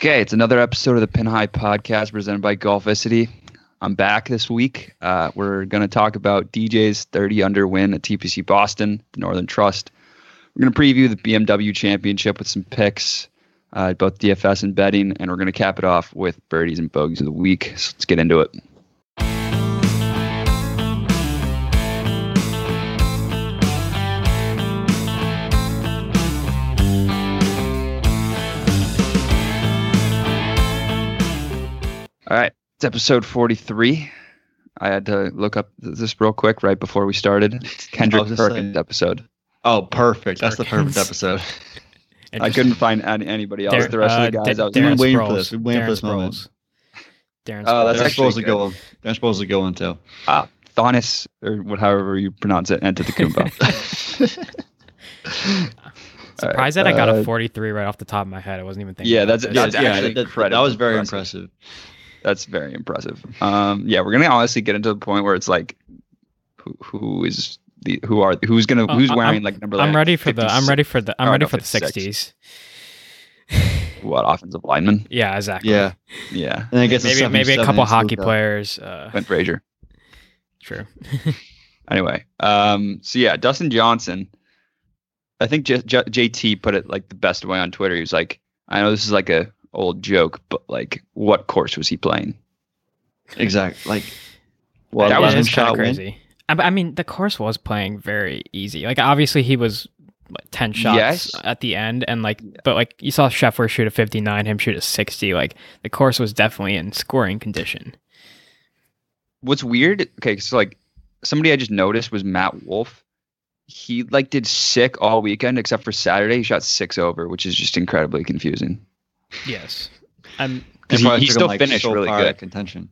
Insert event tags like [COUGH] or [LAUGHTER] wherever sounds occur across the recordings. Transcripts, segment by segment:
Okay, it's another episode of the Pin High Podcast presented by Golficity. I'm back this week. Uh, we're going to talk about DJ's 30 under win at TPC Boston, the Northern Trust. We're going to preview the BMW Championship with some picks, uh, both DFS and betting, and we're going to cap it off with birdies and bogeys of the week. So let's get into it. All right, it's episode 43. I had to look up th- this real quick right before we started. It's I Kendrick was just Perkins like- episode. Oh, perfect. That's the perfect [LAUGHS] Perkins. episode. And I just couldn't find any, anybody else. Dar- the rest uh, of the guys, Da- I was We've been Darren waiting for Sproles. this. We've been waiting for Darren this moment. Sproles. Darren Oh, that's That's actually supposed to good. go on. That's supposed to go into. uh, Thonis, or what- however you pronounce it, Antetokounmpo. [LAUGHS] [LAUGHS] all right, Surprised that I got uh, a 43 right off the top of my head. I wasn't even thinking. Yeah, about that's- this. that's actually that, incredibly that was very impressive. impressive. That's very impressive. Um, yeah, we're gonna honestly get into the point where it's like, who, who is the who are who's gonna Uh, who's I- wearing like number? I'm like, ready for the. I'm 56 ready for the. I'm Oh, ready no, for the 56. 60s. What offensive lineman? Yeah, exactly. Yeah, Yeah, and it gets Maybe a maybe a 77 couple inch hockey Luka. players. Uh, Clint Frazier. true. Anyway, um, so yeah, Dustin Johnson. I think J- J- JT put it like the best way on Twitter. He was like, "I know this is like a old joke, but like, what course was he playing?" Exactly. Like Well, that that was was one kind shot of win. crazy. I, I mean, the course was playing very easy. Like obviously he was like, 10 shots Yes. at the end, and like, but like you saw Scheffler shoot a 59, him shoot a 60. Like the course was definitely in scoring condition. what's weird okay so like somebody i just noticed was matt wolf he like did sick all weekend except for saturday he shot six over which is just incredibly confusing Yes. I'm, because It he, probably he took him, still like, finished so really far out of good Contention.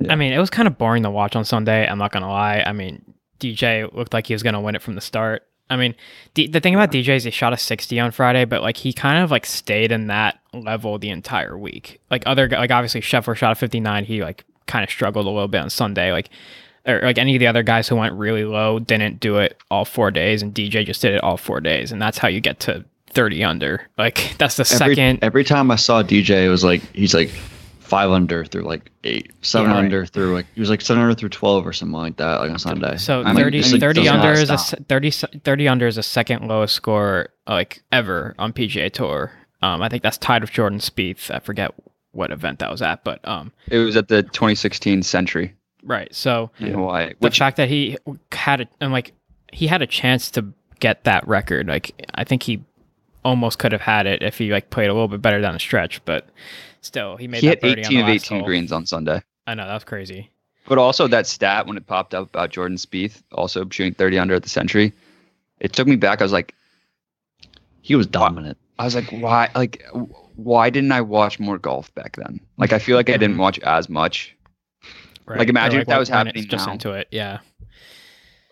Yeah. I mean, it was kind of boring to watch on Sunday. I'm not gonna lie. I mean, DJ looked like he was gonna win it from the start. I mean, D- the thing about DJ is he shot a 60 on Friday, but like he kind of like stayed in that level the entire week. Like other gu- like obviously Scheffler shot a 59. He like kind of struggled a little bit on Sunday. Like or like any of the other guys who went really low didn't do it all four days, and DJ just did it all four days, and that's how you get to 30 under. Like [LAUGHS] that's the Every, second. every time I saw DJ, it was like he's like five under through like eight, seven Yeah, right. under through like he was like seven under through twelve or something like that, like on Sunday. So I mean, 30, it's like 30 does under not is a stop. se- 30, se- 30 under is a second lowest score like ever on PGA Tour. Um, I think that's tied with Jordan Spieth. I forget what event that was at, but um, it was at the 2016 century right. So in hawaii the which fact that he had a, and like he had a chance to get that record, like I think he almost could have had it if he like played a little bit better down the stretch, but still he made he hit that 30 on 18 the of last 18 hole. greens on sunday I know that was crazy. but also that stat when it popped up about jordan Spieth also shooting 30 under at the century it took me back i was like he was dominant. I was like, why? Like, w- why didn't I watch more golf back then? Like, I feel like I Mm-hmm. didn't watch as much. Right. imagine if that when- was when it's happening just now. into it. Yeah.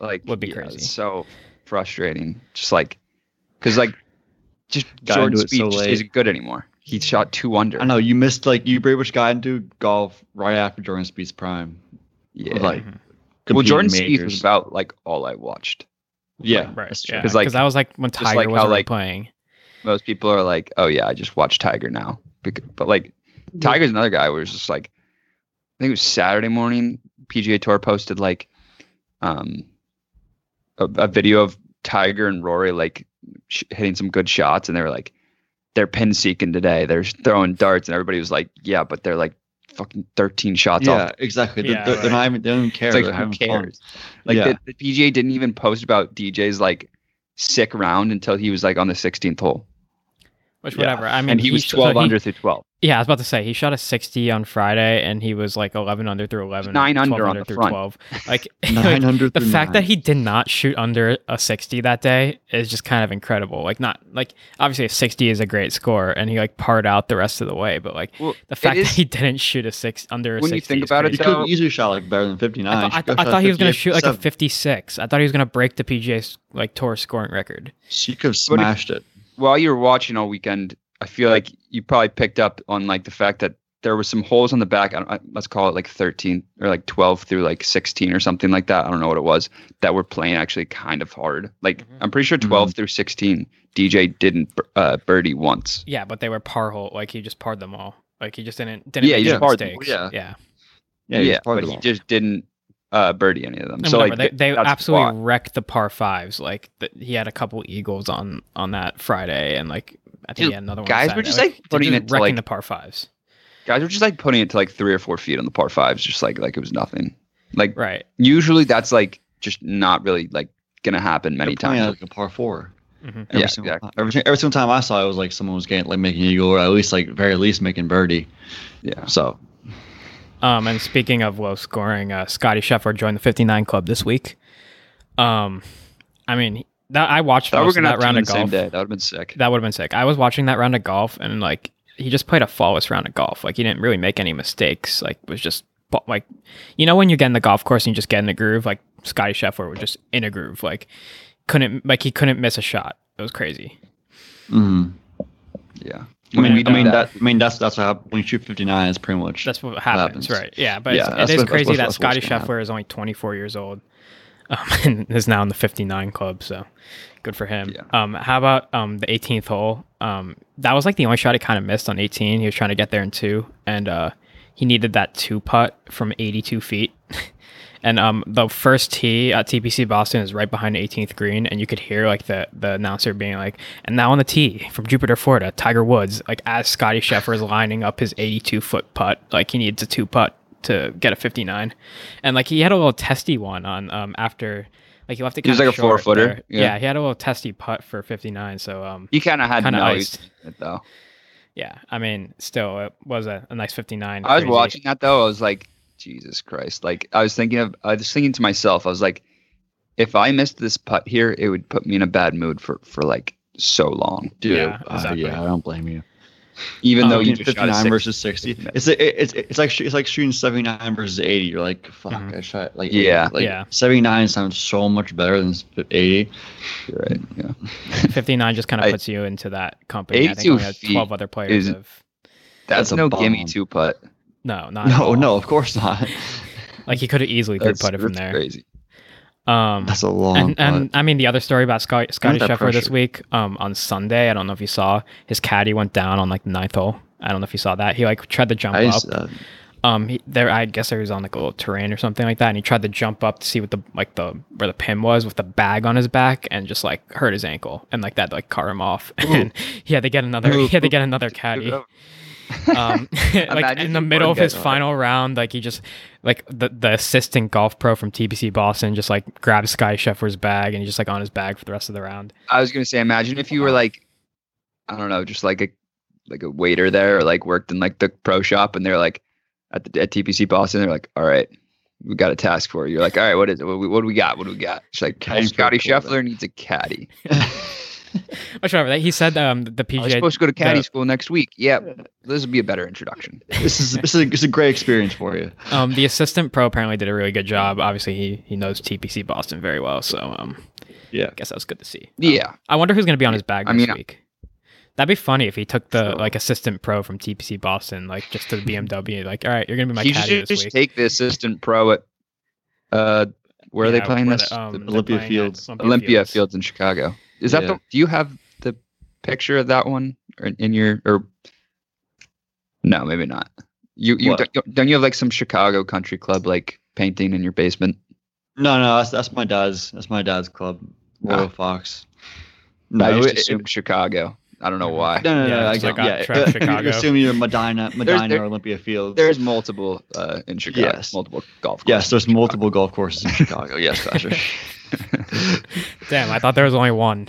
Like, Would be yeah, crazy. it's So frustrating. Just like, because like, just Got Jordan into it Speed so just late. isn't good anymore. He shot two under. I know you missed like you pretty much got into golf right after Jordan Speed's prime. Yeah. Like Mhm. well, Jordan competing Speed was majors. about like all I watched. yeah, Right. that's true. yeah. 'Cause, Because like- that was like when just Tiger like was how, already like- playing. Most people are like, oh yeah, I just watch Tiger now. Bec- But like, Tiger's another guy where it's just like, I think it was Saturday morning. PGA Tour posted like, um, a, a video of Tiger and Rory like sh- hitting some good shots, and they were like, they're pin seeking today. They're throwing darts, and everybody was like, yeah, but they're like fucking thirteen shots yeah, off. exactly. They're- Yeah, they're, they're right. not even. They don't even care. It's like they're who having fun. cares? Like [LAUGHS] Yeah. the, the PGA didn't even post about DJ's like sick round until he was like on the 16th hole, Which Yeah. whatever. I mean, and he was so 12 he- under through 12. yeah, I was about to say he shot a sixty on Friday, and he was like eleven under through eleven, Nine 12 under on the through front. [LAUGHS] twelve. Like, [LAUGHS] Nine like, hundred. the fact that he did not shoot under a sixty that day is just kind of incredible. Like not like obviously a sixty is a great score, and he like parred out the rest of the way. But like Well, the fact is- that he didn't shoot a six under a When you sixty. think is about it, he crazy. could though- have easily shot like better than fifty I, nine. thought- I thought- I thought he was going to shoot like a 56. I thought he was going to break the PGA like tour scoring record. She could have But if- smashed it. while you were watching all weekend, I feel like you probably picked up on like the fact that there was some holes on the back. I don't, I, let's call it like 13 or like 12 through like 16 or something like that. I don't know what it was that were playing actually kind of hard. Like Mhm. I'm pretty sure Mm-hmm. 12 through 16, DJ didn't uh, birdie once. Yeah, but they were par hole. Like he just parred them all. Like he just didn't didn't Yeah, make he any just parred them all, mistakes. yeah. yeah. Yeah, yeah, yeah. but he just didn't uh, birdie any of them. And so whatever, like they, they that's absolutely why. wrecked the par fives. Like th he had a couple eagles on on that Friday, and like I think Dude, he had another one. on guys were Saturday. just like They're putting just it to wrecking like the par fives. guys were just like putting it to like three or four feet on the par fives, just like like it was nothing. Like Right. usually that's like just not really like gonna happen many They're playing times. like a par four. Mhm. Yeah, single exactly. time. Every, every single time I saw it, it was like someone was getting like making eagle or at least like very least making birdie. Yeah. So Um, and speaking of low scoring, uh, Scotty Scheffler joined the 59 club this week. Um, I mean that I watched Thought we Oh, were most of gonna that have two on round the of same golf. day. That would have been sick. That would have been sick. I was watching that round of golf, and like he just played a flawless round of golf. Like he didn't really make any mistakes. Like was just bu- like, you know, when you get in the golf course and you just get in the groove. Like Scotty Scheffler was just in a groove. Like couldn't like he couldn't miss a shot. It was crazy. mm. Yeah. I mean, we I mean done that. I mean that's that's how when you shoot fifty nine is pretty much. That's what happens, Happens. right? Yeah, but Yeah, it's, that's it what- is that's crazy what- that that's Scotty what's gonna Scheffler is only 24 years old um, [LAUGHS] and is now in the 59 club. So good for him. Yeah. Um, how about um, the 18th hole? Um, that was like the only shot he kind of missed on 18. He was trying to get there in two, and uh, he needed that two putt from 82 feet. [LAUGHS] and um, the first tee at TPC Boston is right behind the 18th green, and you could hear like the the announcer being like, "And now on the tee from Jupiter, Florida, Tiger Woods." Like as Scotty Scheffler is lining up his 82 foot putt, like he needs a two putt to get a 59, and like he had a little testy one on um after. Like he left it He was kinda like a short four-footer, there. yeah. yeah, he had a little testy putt for 59. So, um, He kind of had Kinda no iced. it, though. yeah, I mean, still, it was a, a nice 59. I was Crazy. watching that though. I was like, Jesus Christ! Like I was thinking of, I was thinking to myself, I was like, if I missed this putt here, it would put me in a bad mood for for like so long. Dude, Oh, Yeah, Uh, yeah, exactly. yeah, I don't blame you. Even Um, though Oh, you Fucking just shot a 59 six- versus 60. Yeah. It's it, it's it's like sh- it's like shooting 79 versus 80. You're like, fuck, Mhm. I shot like Yeah. like Yeah. 79 sounds so much better than 80. You're right? Yeah. 59 just kind [LAUGHS] of I- puts you into that company. I think 82 only had feet 12 other players. is- Of, That's, That's a no gimme bomb. two putt. no, not at No, all. no, of course not. Like he could have easily three That's, putted from that's there. crazy. Um, That's a long. and, putt. and I mean the other story about Scotty, Scotty that Scheffler this pressure. week um, on Sunday. I don't know if you saw his caddy went down on like the ninth hole. I don't know if you saw that. He like tried to jump I up. just, uh, um he, there i guess there was on like a little terrain or something like that and he tried to jump up to see what the like the where the pin was with the bag on his back and just like hurt his ankle and like that like cut him off [LAUGHS] and he had to get another he had to get [LAUGHS] another caddy um [LAUGHS] like Imagine in the if middle one of his gets- final round like he just like the the assistant golf pro from tbc boston just like grabs sky Scheffler's bag and he's just like on his bag for the rest of the round I was gonna say, imagine if you were like, I don't know, just like a like a waiter there, or like worked in like the pro shop, and they're like at the at TPC Boston, they're like, all right, we got a task for you. You're like, all right, what is it? What, we- what do we got? What do we got? She's like, Caddy for a Scotty quarterback." Scheffler needs a caddy. which whatever that he said um the I was pga supposed to go to caddy the- Oh, school next week. Yeah, this would be a better [LAUGHS] introduction. this is this is a, it's a great experience for you. um, the assistant pro apparently did a really good job. Obviously, he he knows TPC Boston very well, so um, Yeah. I guess that was good to see. Um, Yeah, I wonder who's gonna be on his bag I next mean, week. That'd be funny if he took the So- like assistant pro from TPC Boston, like just to the BMW. Like, all right, you're gonna be my you caddy should this just week. take the assistant pro at uh, where are they Yeah, playing where this? the- um, they're Olympia playing at Fields. Olympia Fields. in Chicago. Is that Yeah. the? Do you have the picture of that one or in your or? No, maybe not. You you What? don't, don't you have like some Chicago country club like painting in your basement? No, no, that's that's my dad's. That's my dad's club, Royal Fox. No, I just it- assume Chicago. I don't know why. No, no, no. Yeah, no, I it's get, like on yeah, track Chicago. [LAUGHS] You assume you're Medina, Medina there- or Olympia Fields. There's multiple uh, in Chicago. Yes. Multiple golf. yes, courses there's in Chicago. multiple golf courses in [LAUGHS] Chicago. Yes, Thatcher. Damn, I thought there was only one.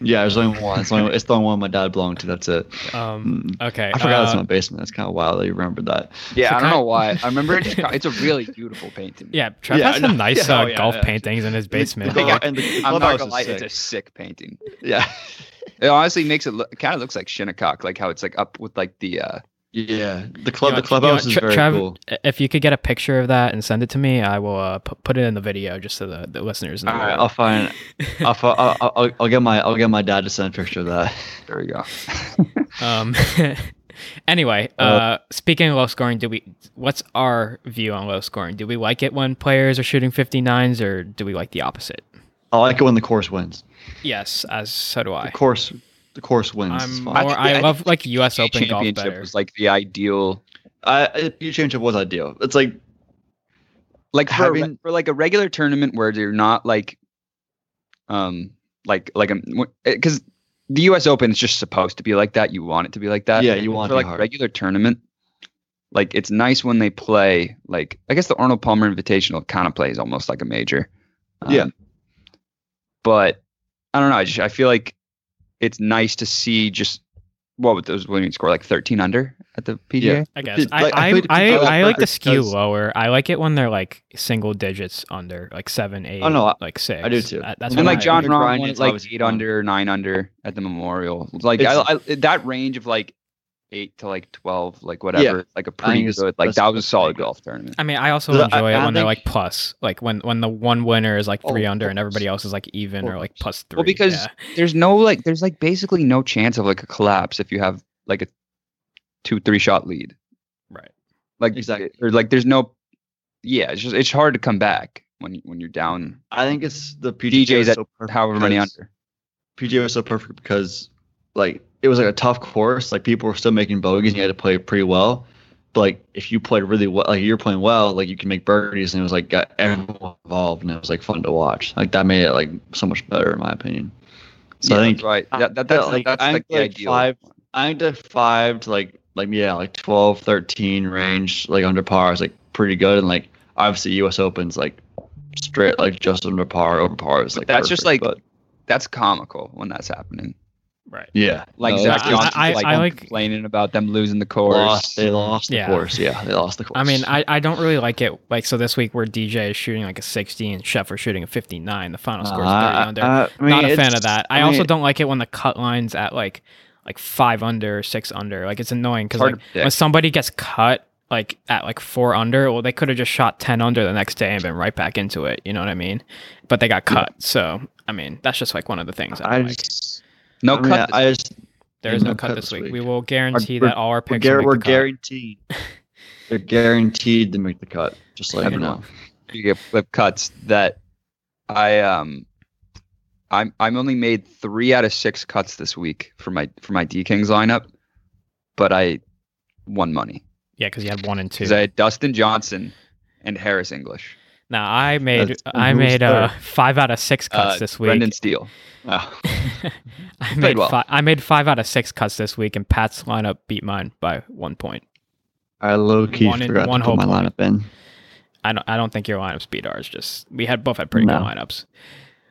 yeah, there's only one. It's, only, it's the only one my dad belonged to. That's it. Um, Mm. okay, I forgot it's in uh, my basement. That's kind of wild that you remembered that. Yeah, I don't Chicago- know why. I remember it. Chicago. It's a really beautiful painting. yeah, Trev Yeah, has I some know. nice Yeah, uh, oh, yeah, golf yeah. paintings in his The, basement. the, I golf- got- and the, the I'm not clubhouse gonna is lie, sick. it's a sick painting. yeah, It honestly makes it look kind of looks like Shinnecock, like how it's like up with like the uh yeah. The club, You know, the clubhouse you know, is Tre- very Trev, cool. If you could get a picture of that and send it to me, I will uh, pu- put it in the video just so the, the listeners know. All right, I'll find. I'll, fi- I'll, I'll, I'll get my I'll get my dad to send a picture of that. there we go. Um, [LAUGHS] Anyway, uh, Uh, speaking of low scoring, do we? What's our view on low scoring? Do we like it when players are shooting 59s, or do we like the opposite? I like it when the course wins. Yes, as so do The I. course, the course wins. It's I'm more. I fine. think the- I, I love think like U.S. PGA Open golf Championship better. was like the ideal, I, I, PGA Championship was ideal. It's like like for, a re- Having- for like a regular tournament where you're not like, um, like like a because the U.S. Open is just supposed to be like that. You want it to be like that. Yeah, you want for it to be like hard. regular tournament. Like it's nice when they play. Like I guess the Arnold Palmer Invitational kind of plays almost like a major. Um, Yeah. But I don't know. I just I feel like it's nice to see just what would those women score like 13 under at the PGA. Yeah. I guess Did- I like, I I, played I, people I like to because- skew lower. I like it when they're like single digits under, like seven, eight, Oh, no, I- like six. I do too. That- that's and when like I- John Rick Rahm Ryan, won it it's like obviously eight fun. under, nine under at the Memorial. Like I, It's- I, that range of like eight to like twelve, like whatever, like a pretty it's- good. Like that's- that was a that's solid pretty good. golf tournament. I mean, I also But I- enjoy it I when they're think- like plus, like when when the one winner is like Oh, three under and of everybody else is like even or course. like plus three. Well, because yeah. There's no like, there's like basically no chance of like a collapse if you have like a two, three shot lead. Right. Like Exactly. or like there's no. Yeah, it's just it's hard to come back when you- when you're down I think it's the PGA DJ's was at so perfect however many because- under. PGA was so perfect because like it was like a tough course. Like people were still making bogeys and you had to play pretty well. But like if you played really well, like you're playing well, like you can make birdies and it was like got everyone involved and it was like fun to watch. Like that made it like so much better in my opinion. So Yeah, I think that's right. That, that, that's Yeah, like, that's I like think, the like, ideal. Five, I think the five to like like yeah like 12, 13 range like under par is like pretty good and like obviously U.S. Opens like straight like just under par over par is But like that's just, perfect, like- but, That's comical when that's happening. right. yeah Like No, Zach that's I- Johnson, I- like, I like- complaining about them losing the course. lost, they lost Yeah. the course yeah they lost the course I mean, I, I don't really like it. Like so, this week where DJ is shooting like a sixty and Scheffler shooting a fifty nine. The final score is thirty Uh, under. uh, I mean, Not a fan it's- of that. I, mean, also don't like it when the cut lines at like like five under, six under. Like it's annoying because like, Hard to predict. when somebody gets cut like at like four under, well, they could have just shot ten under the next day and been right back into it. You know what I mean? But they got cut. So I mean, that's just like one of the things. I, I don't like. just no I mean, cut. I just There is no no cut cut this this week. week. We will guarantee we're- that all our we're, picks. will gar- make we're the cut. [LAUGHS] guaranteed they're guaranteed to make the cut just I like you don't know you get flip cuts that I um I'm I'm only made three out of six cuts this week for my for my D Kings lineup, but I won money Yeah, because you had one and two. because I had Dustin Johnson and Harris English. now I made That's- I who's made uh, third? five out of six cuts Uh, this week. Brendan Steele. Ah. Oh. [LAUGHS] I made Played well. fi- I made five out of six cuts this week, and Pat's lineup beat mine by one point. I low key One in- forgot one to whole put my point. lineup in. I don't I don't think your lineups beat ours. Just we had both had pretty No. good lineups.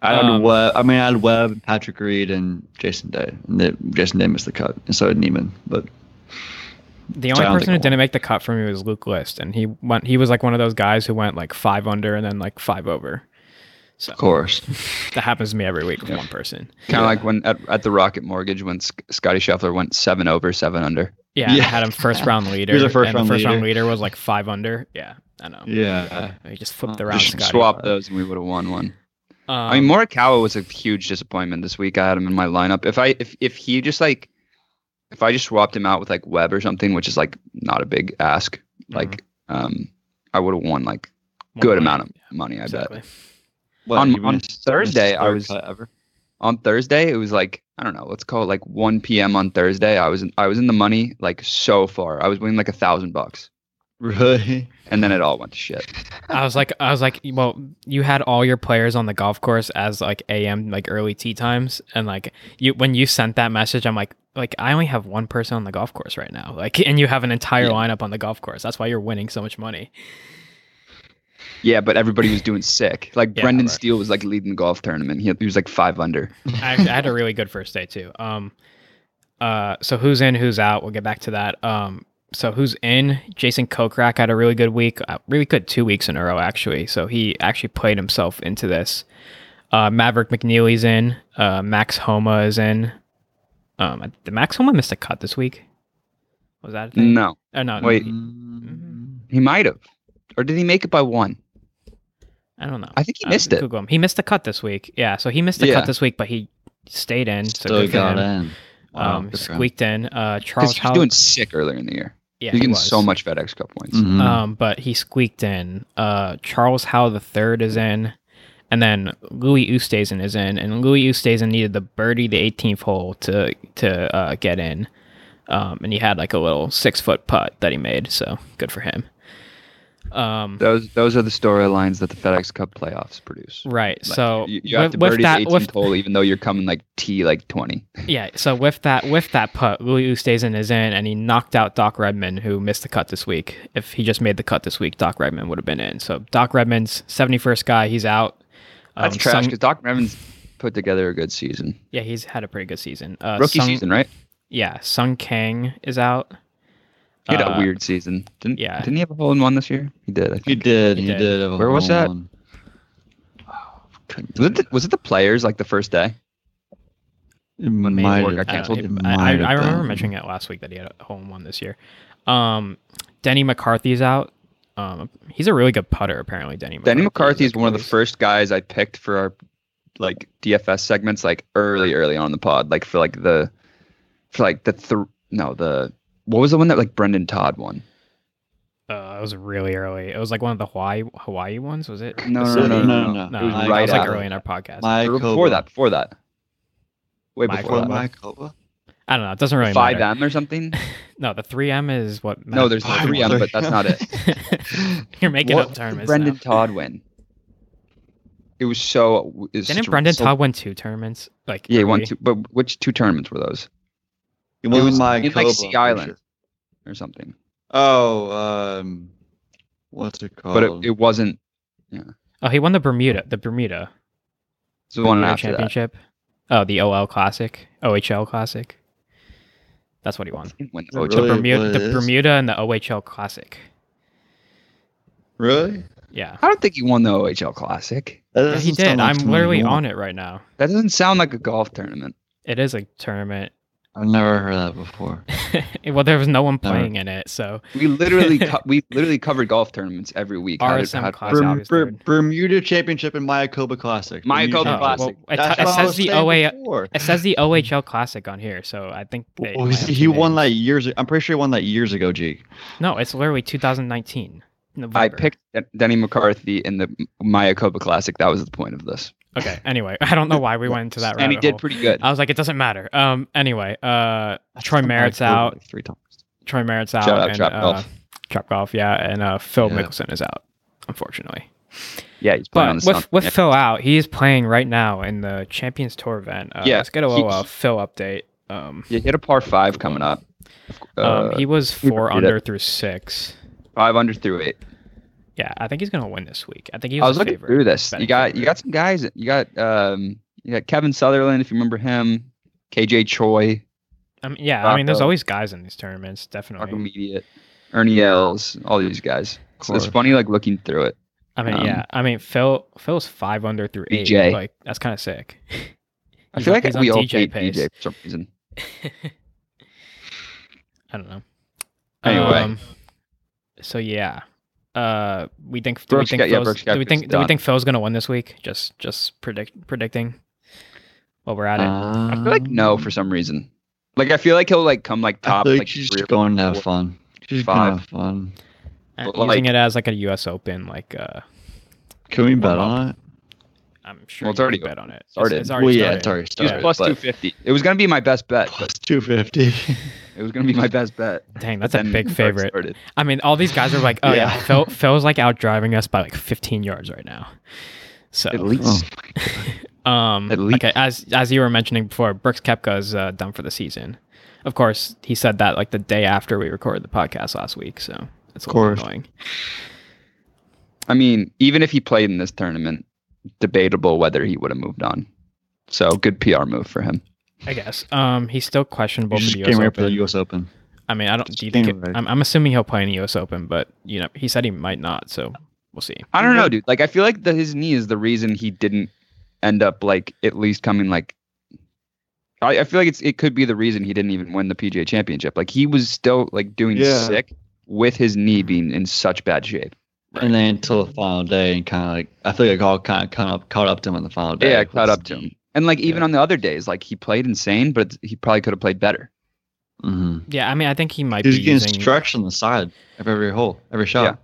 I Um, had Webb. I mean, I had Webb, and Patrick Reed, and Jason Day. And they, Jason Day missed the cut, and so did Neiman. But The So I only don't person who think I didn't make the cut for me was Luke List, and he went. He was like one of those guys who went like five under and then like five over. So of [LAUGHS] course, that happens to me every week with one person. Kind of Yeah. like when at, at the Rocket Mortgage when Sc- Scotty Scheffler went seven over, seven under. Yeah, I Yeah. had him first round leader. He was a first and the round first round leader. leader was like five under. Yeah, I know. yeah. He just flipped Uh, around. Just Scotty. swap those and we would have won one. Um, I mean, Morikawa was a huge disappointment this week. I had him in my lineup. If I if if he just like if I just swapped him out with like Webb or something, which is like not a big ask, Mm-hmm. like um, I would have won like one good point. amount of money. I Exactly. bet On- you on missed- Thursday, missed I third was- cut ever. on Thursday it was like I don't know, let's call it like 1 p.m. on Thursday. I was in, I was in the money like so far. I was winning like a thousand bucks, Really? and then it all went to shit. I was like, I was like, well, you had all your players on the golf course as like AM, like early tea times, and like you when you sent that message, I'm like, like I only have one person on the golf course right now, like, and you have an entire Yeah. lineup on the golf course. That's why you're winning so much money. Yeah, but everybody was doing [LAUGHS] sick. Like Yeah, Brendan right. Steele was like leading the golf tournament. He, he was like five under. I, actually, I had a really good first day too. Um, uh, so who's in, who's out? We'll get back to that. Um, so who's in? Jason Kokrak had a really good week, uh, really good two weeks in a row actually. So he actually played himself into this. Uh, Maverick McNeely's in. Uh, Max Homa is in. Um, did Max Homa miss a cut this week? Was that a thing? No, Oh, no, no, Wait. he- Mm. he might have, or did he make it by one? I don't know. I think he Uh, missed it. Google him. He missed the cut this week. Yeah, so he missed the Yeah. cut this week, but he stayed in. So Still good for got him. in. Wow, um, good for him. squeaked in. Uh, Charles Because he was Howell, doing sick earlier in the year. he yeah, was he getting was. so much Mm. FedEx Cup points. Mhm. Um, but he squeaked in. Uh, Charles Howe the third is in, and then Louis Oosthuizen is in, and Louis Oosthuizen needed the birdie the 18th hole to to uh, get in, um, and he had like a little six foot putt that he made, so good for him. Um, Those those are the storylines that the FedEx Cup playoffs produce. right. Like, so you, you have to with, with birdie that, the 18th with, Um, hole, even though you're coming like T like 20. yeah. So with that, with that putt, Louis Oosthuizen is in, and he knocked out Doc Redman, who missed the cut this week. If he just made the cut this week, Doc Redman would have been in. So Doc Redman's 71st guy. He's out. Um, That's trash Sung- because Doc Revan's put together a good season, Yeah, he's had a pretty good season. Uh, rookie Sung, season, right? Yeah, Sung Kang is out. He had Uh, a weird season. Didn't yeah. Didn't he have a hole in one this year? He did. I He think. did. He He, did. did. have a Where was hole that? Oh, in one. Was it, the, was it the players like the first day? It Maybe. might Or have- got I, canceled? it don't- might I, I, have I remember been. mentioning it last week that he had a hole in one this year. Um, Denny McCarthy's out. Um, he's a really good putter, apparently. Denny McCarthy. Danny McCarthy is like, one of the really- first guys I picked for our like DFS segments, like early, early on in the pod, like for like the for like the thr no the what was the one that like Brendan Todd won? Uh, it was really early. It was like one of the Hawaii Hawaii ones, was it? No, The no, Sunday- no, no. no. It was I- that right was like after. early in our podcast. My Or Coba. before that, before that, way My before Before that, Coba. my Coba? I don't know. It doesn't really five matter. M or something. No, the three M is what. No, there's no Five three M, M. but that's not it. [LAUGHS] You're making What up did tournaments. now. Brendan Todd win. It was so. It was such Didn't a- Brendan so- Todd win two tournaments? Like Yeah, he won early? two. But which two tournaments were those, It was, was my in, like, Coba, Sea I'm pretty Island. sure. or something? Oh, um, what's it called? But it, it wasn't. Oh, he won the Bermuda, the It Bermuda, was the one Bermuda after that. Championship. Oh, the OL Classic, OHL Classic. That's what he won. When Is it OJ really the Bermuda, what it the is? Bermuda, and the OHL Classic. really? Yeah, I don't think he won the OHL Classic. That Yeah, he doesn't sound did. like I'm something literally you on want. it right now. That doesn't sound like a golf tournament. It is a tournament. I've never heard that before. [LAUGHS] well, there was no one Never. playing in it, so We literally co- [LAUGHS] we literally covered golf tournaments every week. How did- RSM how- Classic. That's Berm- obvious, Ber- dude. Bermuda Championship and Mayakoba Classic. Mayakoba Bermuda The Oh, Classic. well, it, That's t- it what I says was the saying OA. before. It says the OHL Classic on here, so I think they Well, might he have he two won names. that years. I'm pretty sure he won that years ago, Jake. No, it's literally 2019. November. I picked Den- Denny McCarthy in the Mayakoba Classic. That was the point of this, Okay. Anyway, [LAUGHS] I don't know why we went into that. and he rabbit did hole. pretty good. I was like, it doesn't matter. Um. Anyway, uh, Troy Merritt's out. three times. Troy Merritt's out. Shout out and, Trap uh, Golf. Trap Golf, yeah, and uh, Phil Yeah. Mickelson is out, unfortunately. Yeah, he's playing on But the with Sun. with Yeah. Phil out, he is playing right now in the Champions Tour event. Uh, Yeah, let's get a he- little uh, Phil update. Um, Yeah, he had a par five coming up. um, Uh, he was he four repeated. under through six. five under through eight. Yeah, I think he's gonna win this week. I think he was I was a looking favorite. through this. betting You got favorite. you got some guys. You got um you got Kevin Sutherland if you remember him, KJ Choi, I mean, yeah, I mean, there's Rocco. always guys in these tournaments, Mark definitely. Immediate, Ernie Els, all these guys. So it's Course. funny like looking through it. I mean, um, yeah, I mean, Phil Phil's five under through eight. DJ. Like that's kind of sick. [LAUGHS] I He's feel on- like he's on we all DJ hate pace. DJ for some reason. I don't know. Um, Anyway. so yeah, uh, we think. Do we Brooks think? got- yeah, Phil's- Brooks got do we this think? Do we done. think Phil's gonna win this week? Just, just predict predicting. While we're at it, I feel like no for some reason. Like I feel like he'll like come like Um, I top feel like, like she's three or just going to have four. fun. She's Five. going to have fun. Uh, well, using like- it as like a U.S. Open, like uh, Can we bet Warm on it? I'm sure. Well, it's you already can bet on it. It's- started. It's, Well, already yeah, it's started. already He was Yeah. started. plus but- two fifty. It was gonna be my best bet. but plus 250. It was gonna be my best [LAUGHS] bet. Dang, that's a Then big Brooks favorite. started. I mean, all these guys are like, oh yeah, Yeah. [LAUGHS] Phil, Phil's like out driving us by like 15 yards right now. So At least Um, At least. Okay, as as you were mentioning before, Brooks Kepka is uh, done for the season. Of course, he said that like the day after we recorded the podcast last week, so it's a Of little course. annoying. I mean, even if he played in this tournament, debatable whether he would have moved on. So good PR move for him. I guess. Um, he's still questionable You for just the U.S. came right for the Open. U.S. Open. I mean, I don't. Do you came think? it- right. I'm, I'm assuming he'll play in the U.S. Open, but you know, he said he might not, so we'll see. I don't know, dude. Like I feel like the, his knee is the reason he didn't end up like at least coming like. I, I feel like it's it could be the reason he didn't even win the PGA Championship. Like he was still like doing Yeah. sick with his knee being in such bad shape. And then until the final day, and kind of like, I feel like all kind of caught up, caught up to him on the final day. Yeah, it caught up to him. And like even on the other days, like he played insane, but he probably could have played better. Mm-hmm. Yeah, I mean, I think he might He's be getting using. stretched on the side of every hole, every shot.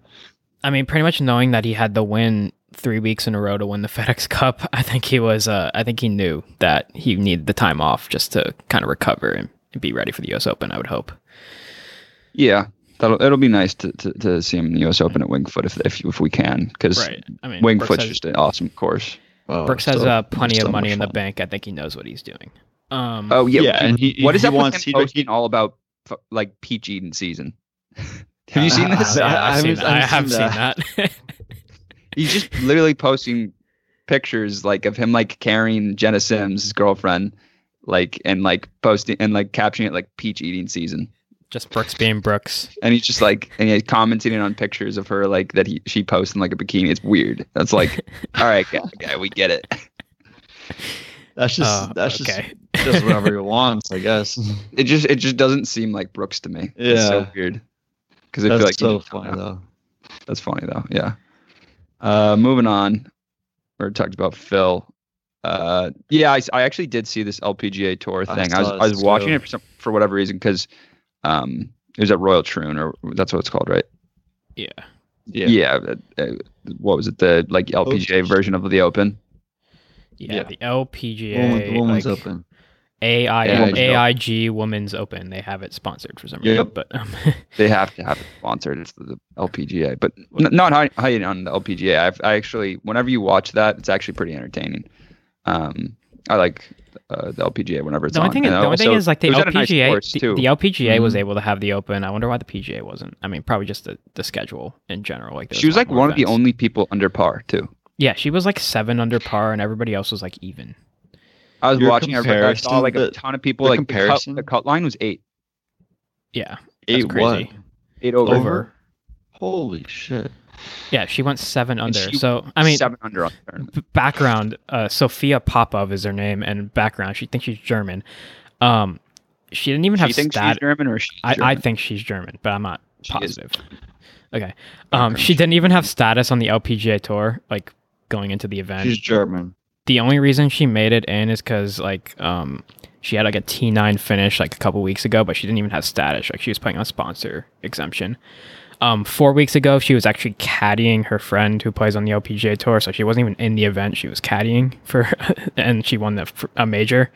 I mean, pretty much knowing that he had the win three weeks in a row to win the [LAUGHS] FedEx Cup, I think he was. Uh, I think he knew that he needed the time off just to kind of recover and be ready for the U.S. Open. I would hope. Yeah, that'll it'll be nice to, to, to see him in the U.S. Open at Wingfoot if if, if we can, because I mean, Wingfoot's has, just an awesome course. Wow, Brooks has so- uh, plenty so of money much in the fun. bank. I think he knows what he's doing. Um, Oh yeah, Yeah, and he what is he that wants? fucking He, posting he, all about? f- Like peach eating [LAUGHS] season. Have [LAUGHS] you seen Uh, this? uh, Yeah, I I've seen haven't- that. I I have haven't seen seen that. [LAUGHS] [LAUGHS] [LAUGHS] He's just literally posting pictures like of him like carrying Jenna Sims, his girlfriend, like and like posting and like captioning it like peach eating season. just Brooks being Brooks. And he's just like and he's commenting on pictures of her like that he she posts in like a bikini. It's weird. That's [LAUGHS] like, all right, guy, guy, we get it. that's [LAUGHS] just Oh, that's just okay. just whatever he wants, I guess. It just it just doesn't seem like Brooks to me. It's so Yeah. weird. Because I That's feel like he so just- funny though. That's funny though. Yeah. Uh, moving on, we already talked about Phil. Uh, yeah, I, s- I actually did see this LPGA tour I thing. I, was saw I was this watching too. it for, some, for whatever reason because um, it was at Royal Troon or that's what it's called, right? Yeah. Yeah. uh, uh, what was it? The like LPGA version of the Open. Yeah, Yeah. the Woman- LPGA, woman's like, open. AI, Yeah, woman's AIG Women's Open. They have it sponsored for some reason, Yep. but um, [LAUGHS] They have to have it sponsored. It's the LPGA, but n- not high, high on the LPGA. I've, I actually, whenever you watch that, it's actually pretty entertaining. Um, I like uh, the LPGA whenever it's the only on. thing, And the only thing also, is like the it was at a nice LPGA, course, the, too. the LPGA was Mhm. able to have the Open. I wonder why the PGA wasn't. I mean, probably just the, the schedule in general. Like there She was a lot like more one of the events. only people under par too. Yeah, she was like seven under par, and everybody else was like even. I was Your watching. I, I saw comparison- like a the- ton of people. the like the cut, comparison- the cut line was eight, Yeah, that's Eight crazy. what? eight over, Over. Holy shit! Yeah, she went seven under. she- So I mean, seven under on the tournament. B- background uh, Sophia Popov is her name, and background she thinks she's German. Um, she didn't even She have thinks she's stat. German, or she's I, I German? think she's German, but I'm not She is. positive. Okay. Um, she didn't even have status on the LPGA tour, like going into the event. She's German. the only reason she made it in is because like um, she had like a T9 finish like a couple weeks ago, but she didn't even have status. Like she was playing on sponsor exemption. Um, four weeks ago, she was actually caddying her friend who plays on the LPGA tour, so she wasn't even in the event. She was caddying for, [LAUGHS] and she won the fr- a major.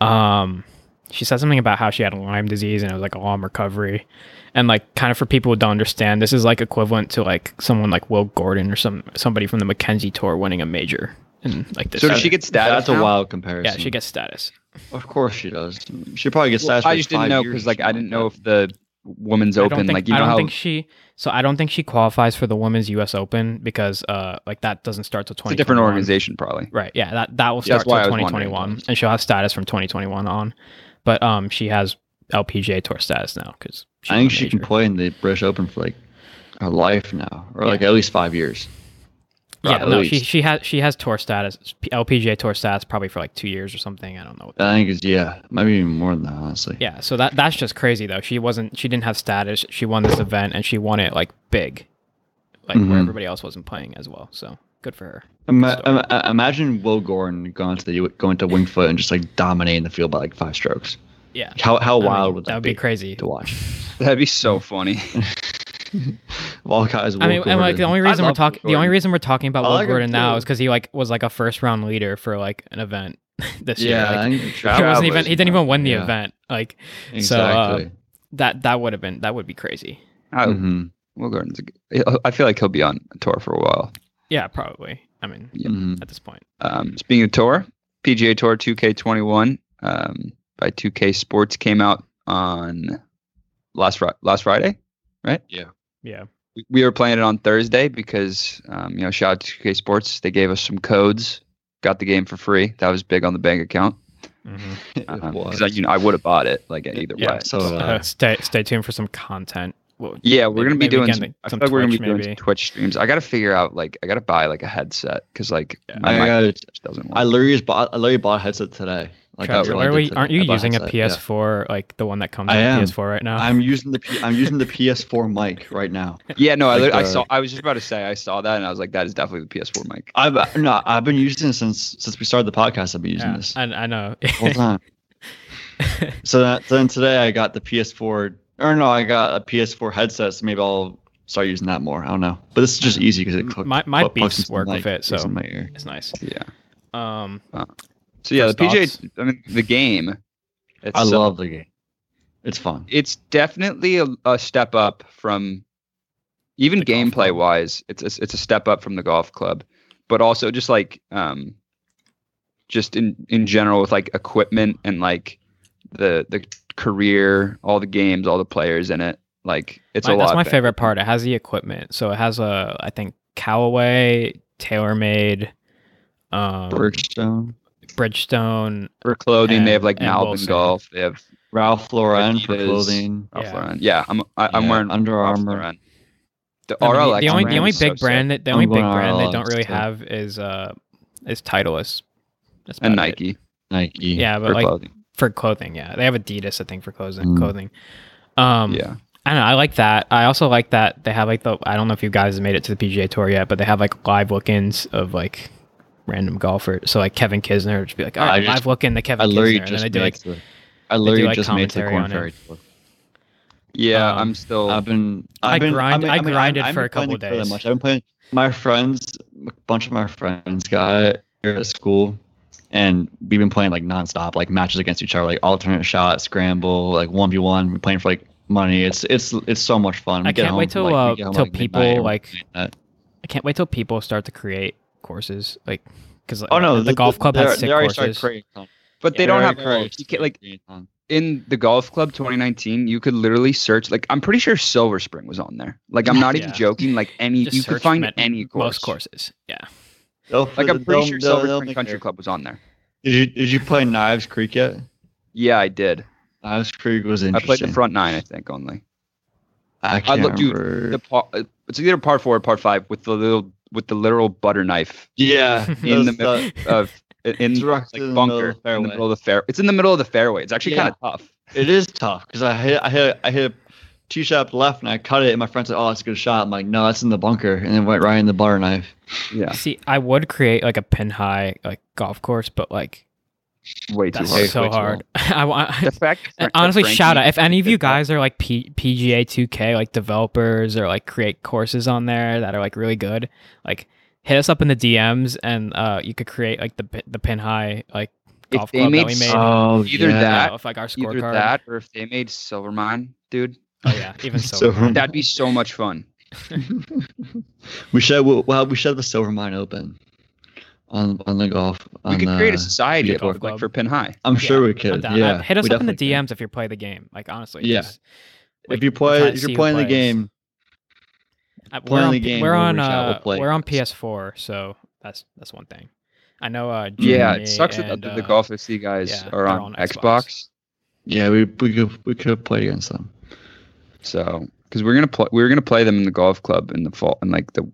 Um, she said something about how she had Lyme disease and it was like a long recovery, and like kind of for people who don't understand, this is like equivalent to like someone like Will Gordon or some somebody from the Mackenzie Tour winning a major and like this. So does she get status? That's a now? wild comparison. Yeah, she gets status. Of course she does. She probably gets Well, status. I for just didn't five know years because or like I something didn't that. know if the women's I don't open think, like you I know don't how think she. So I don't think she qualifies for the Women's U.S. Open because uh like that doesn't start till it's twenty. a different organization [LAUGHS] probably. Right. Yeah. That that will Yeah, start that's why till I was wondering 2021, and she'll have status from 2021 on. But um, she has LPGA tour status now because I think she can play in the British Open for like her life now, or like at least five years. Yeah. at No. least. She she has she has tour status LPGA tour status probably for like two years or something. I don't know. I think it's yeah, maybe even more than that honestly. Yeah. So that that's just crazy though. She wasn't. She didn't have status. She won this event and she won it like big, like where Mm-hmm. Mhm. everybody else wasn't playing as well. So good for her. Ima- ima- ima- imagine Will Gordon going to the going to Wingfoot and just like dominating the field by like five strokes. Yeah. Like, how how I mean, wild would that, that would be crazy. to watch? That'd be so funny. Hmm. Of all guys, Will I mean, and Gordon. like the only I reason we're love talking, Will the only Gordon. reason we're talking about I Will like him Gordon now too. is because he like was like a first round leader for like an event [LAUGHS] this yeah, year. I Like, think he Travis wasn't even. He didn't even win the yeah, event. Like so, uh, oh, Exactly. that. That would have been. That would be crazy. I, Mhm, Will Gordon's. a g- he'll- I feel like he'll be on tour for a while. Yeah, probably. I mean, yeah. mhm. at this point. Um, speaking of tour, PGA Tour 2K21 um, by 2K Sports came out on last fri- last Friday. Yeah. We- We were playing it on Thursday because um, you know shout out to 2K Sports. They gave us some codes, got the game for free. That was big on the bank account Mhm. It because was. I, you know I would have bought it like either yeah, way. so Uh, uh, stay stay tuned for some content. Well, Yeah, we're Maybe- gonna be maybe doing. again, Some, like, I feel some like we're gonna be Twitch, doing maybe. some Twitch streams. I gotta figure out like I gotta buy like a headset because like Yeah. my I mic got just doesn't. Work. I literally just bought I literally bought a headset today. Like Travis, I really why are did we, think aren't you about using a hindsight, yeah. PS4 like the one that comes I with am. PS4 right now? I'm using the P- I'm using the PS4 mic right now. Yeah, no, I, Like lit- I the- saw. I was just about to say I saw that, and I was like, that is definitely the PS4 mic. Uh, I've no, I've been using it since since we started the podcast. I've been using Yeah, this I, I know. the whole [LAUGHS] time. so that, then today I got the PS4, or no, I got a PS4 headset. So maybe I'll start using that more. I don't know, but this is just easy because it cl- [LAUGHS] my my plugs beats into the work mic, with it, so plugs in my ear. it's nice. Yeah. Um, So yeah, First the PGA. thoughts? I mean, the game. It's, I uh, love the game. It's fun. It's definitely a, a step up from, even The golf gameplay club. wise. It's a, it's a step up from the golf club, but also just like um, just in in general with like equipment and like the the career, all the games, all the players in it. Like it's my- a lot. that's my better. favorite part. It has the equipment, so it has a I think Callaway, TaylorMade, um, Bridgestone, Bridgestone. For clothing, and- they have like and Malvin Wilson. Golf. They have Ralph Lauren for Adidas, clothing. Ralph Yeah. Lauren. Yeah, I'm I, I'm Yeah, wearing Under Ralph Armour. Lauren. The I mean, RLX the only the brand only is so big brand that the I'm only big going brand they RLX, don't really so- have is uh is Titleist. That's sick. and about it. Nike Nike. Yeah, but for Hmm. like clothing. for clothing, yeah, they have Adidas I think for clothing. Mm. Clothing. Um, yeah, I don't know. I like that. I also like that they have like the. I don't know if you guys have made it to the PGA Tour yet, but they have like live look-ins of like random golfers. So like Kevin Kisner would just be like, "All I right, just- live look-in to Kevin I literally Kisner," and then just they made do like the, I literally like, just made the commentary Corn on it. Ferry tour. yeah. um, I'm still. I've been. I I've been, grind- mean- I mean, grinded I- I haven't for a been playing couple the tour that days. Much. I've been playing. My friends, a bunch of my friends got it here at school, and we've been playing like nonstop, like matches against each other, like alternate shot, scramble, like one v one. We're playing for like money. It's it's it's so much fun. We I get can't home wait from, till, like, we uh, get home, till like, midnight, people, and we're like- playing that. I can't wait till people start to create courses, like because Oh no, the, th- golf th- club they're- has they sick already started courses. creating. content. but they yeah, don't They're have already goals. You can't, like creating content. in the golf club 2019. You could literally search. Like I'm pretty sure Silver Spring was on there. Like [LAUGHS] I'm not even Yeah. joking. Like any Just you search could find me- any course. most courses. Yeah, They'll- Like I'm they'll- pretty sure they'll- Silver they'll Spring make Country it. Club was on there. Did you did you play Knives Creek yet? Yeah, I did. Knives Creek was I interesting. played the front nine, I think, only. I can't looked- dude, remember. The par, uh, it's either par four or par five with the little with the literal butter knife Yeah, in the that's middle [LAUGHS] of in like Direct in the middle of bunker the fairway. in the middle of the fair. It's in the middle of the fairway. It's actually Yeah. kind of tough. It is tough because I hit I hit I hit a tee shot up left and I cut it and my friend said, "Oh, that's a good shot." I'm like, "No, that's in the bunker," and it went right in the butter knife. Yeah, see, I would create like a pin high like golf course, but like way too that's hard. so Way too hard. [LAUGHS] I want. The [LAUGHS] fact, that Fran- that Honestly, shout out Frankie if any of did you that- guys are like P- PGA 2K like developers or like create courses on there that are like really good. Like hit us up in the DMs and uh you could create like the pi- the pin high like If golf they club that made we made. some- Either you that- know, if like our either scorecard. that or if they made Silvermine, dude, Oh yeah, [LAUGHS] even so. Silver- that'd be so much fun. we should well, well we should have the silver mine open on on the golf. We on, could create uh, a society yeah, of golf like club. for Pin High. I'm sure we I'm could. down. Yeah, Uh, hit us we up in the definitely could. DMs if you play the game. Like honestly, Yeah. just- If you play, try to if see you're who playing the plays. game, I- we're playing on, the P- game, We're we'll on reach out, we'll uh, play. we're on PS4, so that's that's one thing. I know. uh Mm-hmm. Yeah, Jimmy it sucks that and, the, uh, the golf FC guys yeah, are they're on, on Xbox. Xbox. yeah, we we could we could have played against them. So, because we're gonna play, we were gonna play them in the golf club in the fall, and like the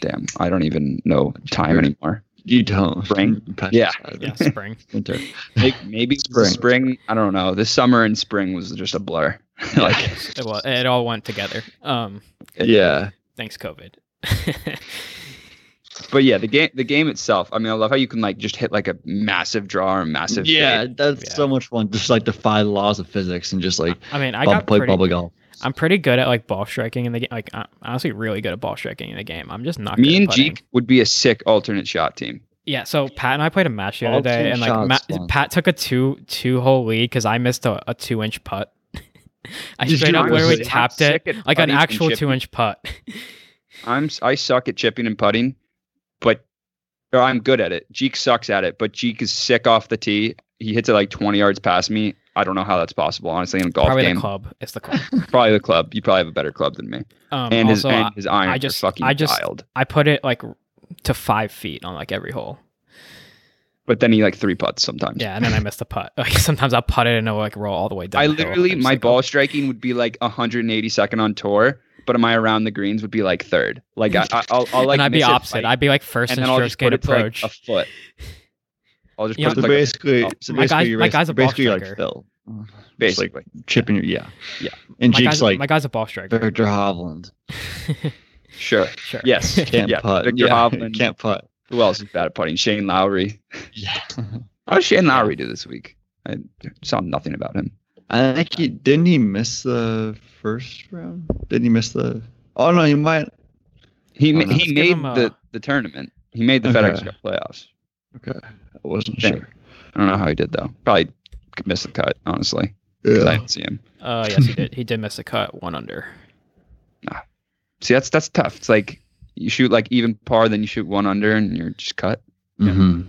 damn, I don't even know time anymore. You don't. Spring? Yeah. uh, [LAUGHS] Yeah, spring. Winter. Maybe, maybe spring. Spring. spring. I don't know. This summer and spring was just a blur. [LAUGHS] like, it, was, it all went together. Um, Yeah. thanks COVID. [LAUGHS] but yeah, the game, the game itself. I mean, I love how you can like just hit like a massive draw or a massive. Yeah, fade. that's Yeah. so much fun. Just like defy the laws of physics and just like I mean, I bump- got play pretty. bubble golf. I'm pretty good at like ball striking in the game. Like, I'm honestly really good at ball striking in the game. I'm just not. Me good and at putting. Jeek would be a sick alternate shot team. Yeah, so Pat and I played a match the All other day, two and like shots, Ma- man. Pat took a two two hole lead because I missed a, a two inch putt. [LAUGHS] I Did straight you up literally really? I'm tapped sick it at like an putting and actual chipping. two inch putt. [LAUGHS] I'm s- I suck at chipping and putting, but or I'm good at it. Jeek sucks at it, but Jeek is sick off the tee. He hits it like 20 yards past me. I don't know how that's possible, honestly, in a golf Probably game. the club. It's the club. Probably the club. You probably have a better club than me. Um, And his also, and his irons I just- are fucking I just- wild. I, I put it like to five feet on like every hole. But then he like three putts sometimes. Yeah, and then I missed the putt. [LAUGHS] Like sometimes I'll putt it and it'll like roll all the way down. I the hill. literally I'm just my like, ball striking would be like 180 second on tour, but my around the greens would be like third. Like I, I- I'll, I'll like and I'd be miss it, opposite. like, I'd be like first and and then I'll stroke just put skate it to, like approach. a foot. I'll just You put So it like basically, oh, so my guy's- basically, you're my basi- guy's a ball basically like striker. Phil, a, just like basically. chipping your yeah, Yeah. And my, Jeke's guy's, like my guy's a ball striker. Victor Hovland [LAUGHS] sure. Sure. [LAUGHS] [LAUGHS] Yes. can't yeah. putt. Victor [LAUGHS] yeah, [LAUGHS] Hovland. can't putt. Who else is bad at putting? Shane Lowry. Yeah, How did Shane Lowry do this week? I saw nothing about him. I think he didn't he miss the first round. Didn't he miss the? Oh no, he might. He I ma- don't know. he Oh, Let's give made him the, a- the tournament. He made the Okay. FedEx Cup playoffs. Okay, I wasn't Think. sure. I don't know how he did though. Probably could miss the cut, honestly. 'cause I Yeah. didn't see him. Uh, yes, he did. He did miss a cut, one under. See, that's that's tough. It's like you shoot like even par, then you shoot one under, and you're just cut. Mhm.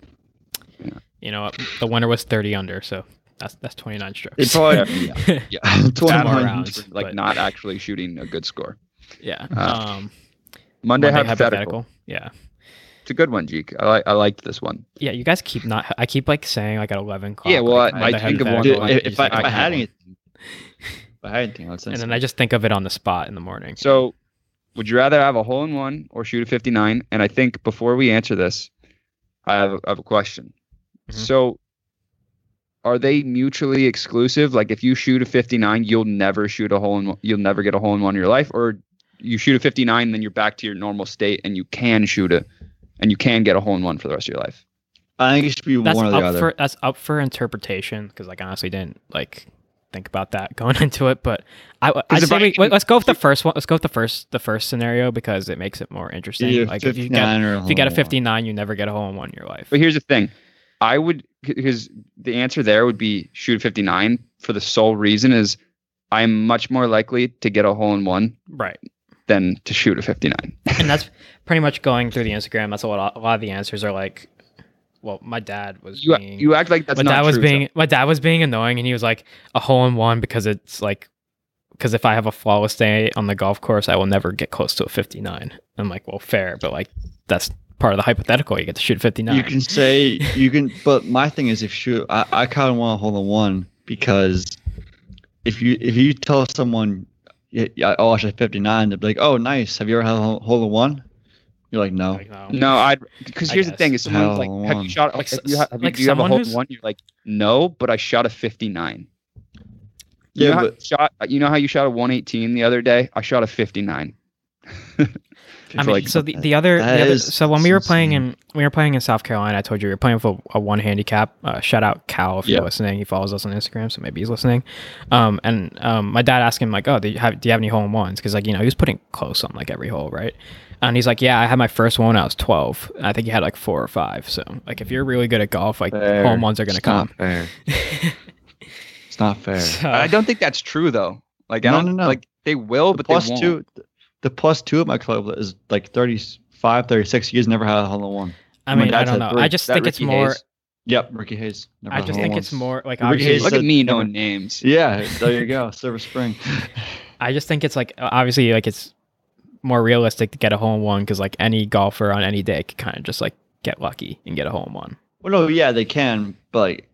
You know, what? the winner was thirty under, so that's that's twenty nine strokes. It's probably Yeah. [LAUGHS] yeah. Bad 21. rounds. for, like but- not actually shooting a good score. yeah. Uh, um, Monday, hypothetical. Yeah. It's a good one, Jeek. I like I liked this one. Yeah, you guys keep not. I keep like saying like at eleven o'clock. Yeah, well, like, I- Monday I think of hypothetical, one- and Dude, Dude, if, you if I, say, if I "Okay, had well," anything, if I had anything, I'd say and then I just think of it on the spot in the morning. So, would you rather have a hole in one or shoot a 59? And I think before we answer this, I have a, I have a question. Mhm. So, are they mutually exclusive? Like, if you shoot a 59, you'll never shoot a hole in one, you'll never get a hole in one in your life, or you shoot a 59, then you're back to your normal state and you can shoot a and you can get a hole in one for the rest of your life. I think it should be that's one or the up other. for that's up for interpretation because like I honestly didn't like think about that [LAUGHS] going into it. But I I if say I we, can- let's go with the first one. Let's go with the first the first scenario because it makes it more interesting. Either like if you 59 get or if you get hole a in one. fifty nine, you never get a hole in one in your life. But here's the thing. I would because the answer there would be shoot a 59 for the sole reason is I'm much more likely to get a hole in one Right, than to shoot a 59. and that's pretty much going through the Instagram. That's a lot. A lot of the answers are like, well, my dad was You being you act like that's my not dad was true, being my dad was being annoying, and he was like a hole in one because it's like because if I have a flawless day on the golf course, I will never get close to a fifty nine. I'm like, well, fair, but like that's part of the hypothetical. You get to shoot fifty nine. You can say you can, but my thing is if shoot, I, I kind of want to hold in one because if you if you tell someone, yeah, yeah, oh, I should 59, they'll be like, oh, nice. Have you ever had a hole hole in one? You're like, no. like, So. No, I because I here's the guess. thing: is someone's Hell, like, "Have one. you shot? Like Like, s- you ha- have you, like do you have a someone hole in who's- one?" You're like, "No, but I shot a 59." You Yeah, know how but- you shot. You know how you shot a 118 the other day? I shot a 59. I mean, like- so the, the other, That the other is- so when we were that's playing insane. in we were playing in South Carolina, I told you we were playing for a one handicap. Uh, shout out Cal if Yeah. you're listening. He follows us on Instagram, so maybe he's listening. Um, and um, my dad asked him like, "Oh, do you have do you have any hole in ones?" Because like you know he was putting close on like every hole, right? And he's like, "Yeah, I had my first one. When I was 12. And I think he had like four or five. So like if you're really good at golf, like Fair. hole in ones are gonna It's come." not fair. [LAUGHS] it's not fair. So- I don't think that's true though. Like, I No, don't no, no. like they will, The but plus they won't. two, the plus two at my club is like 35, 36 years, never had a hole in one. I My mean, I dad's don't had know. three. I just That think it's Ricky more. Hayes. Yep, Ricky Hayes. Never I had a just hole think in it's once. more like Ricky obviously Hayes Look said at me never- knowing names. Yeah, there you go, [LAUGHS] Silver Spring. I just think it's like obviously like it's more realistic to get a hole in one because like any golfer on any day could kind of just like get lucky and get a hole in one. Well, no, yeah, they can, but like,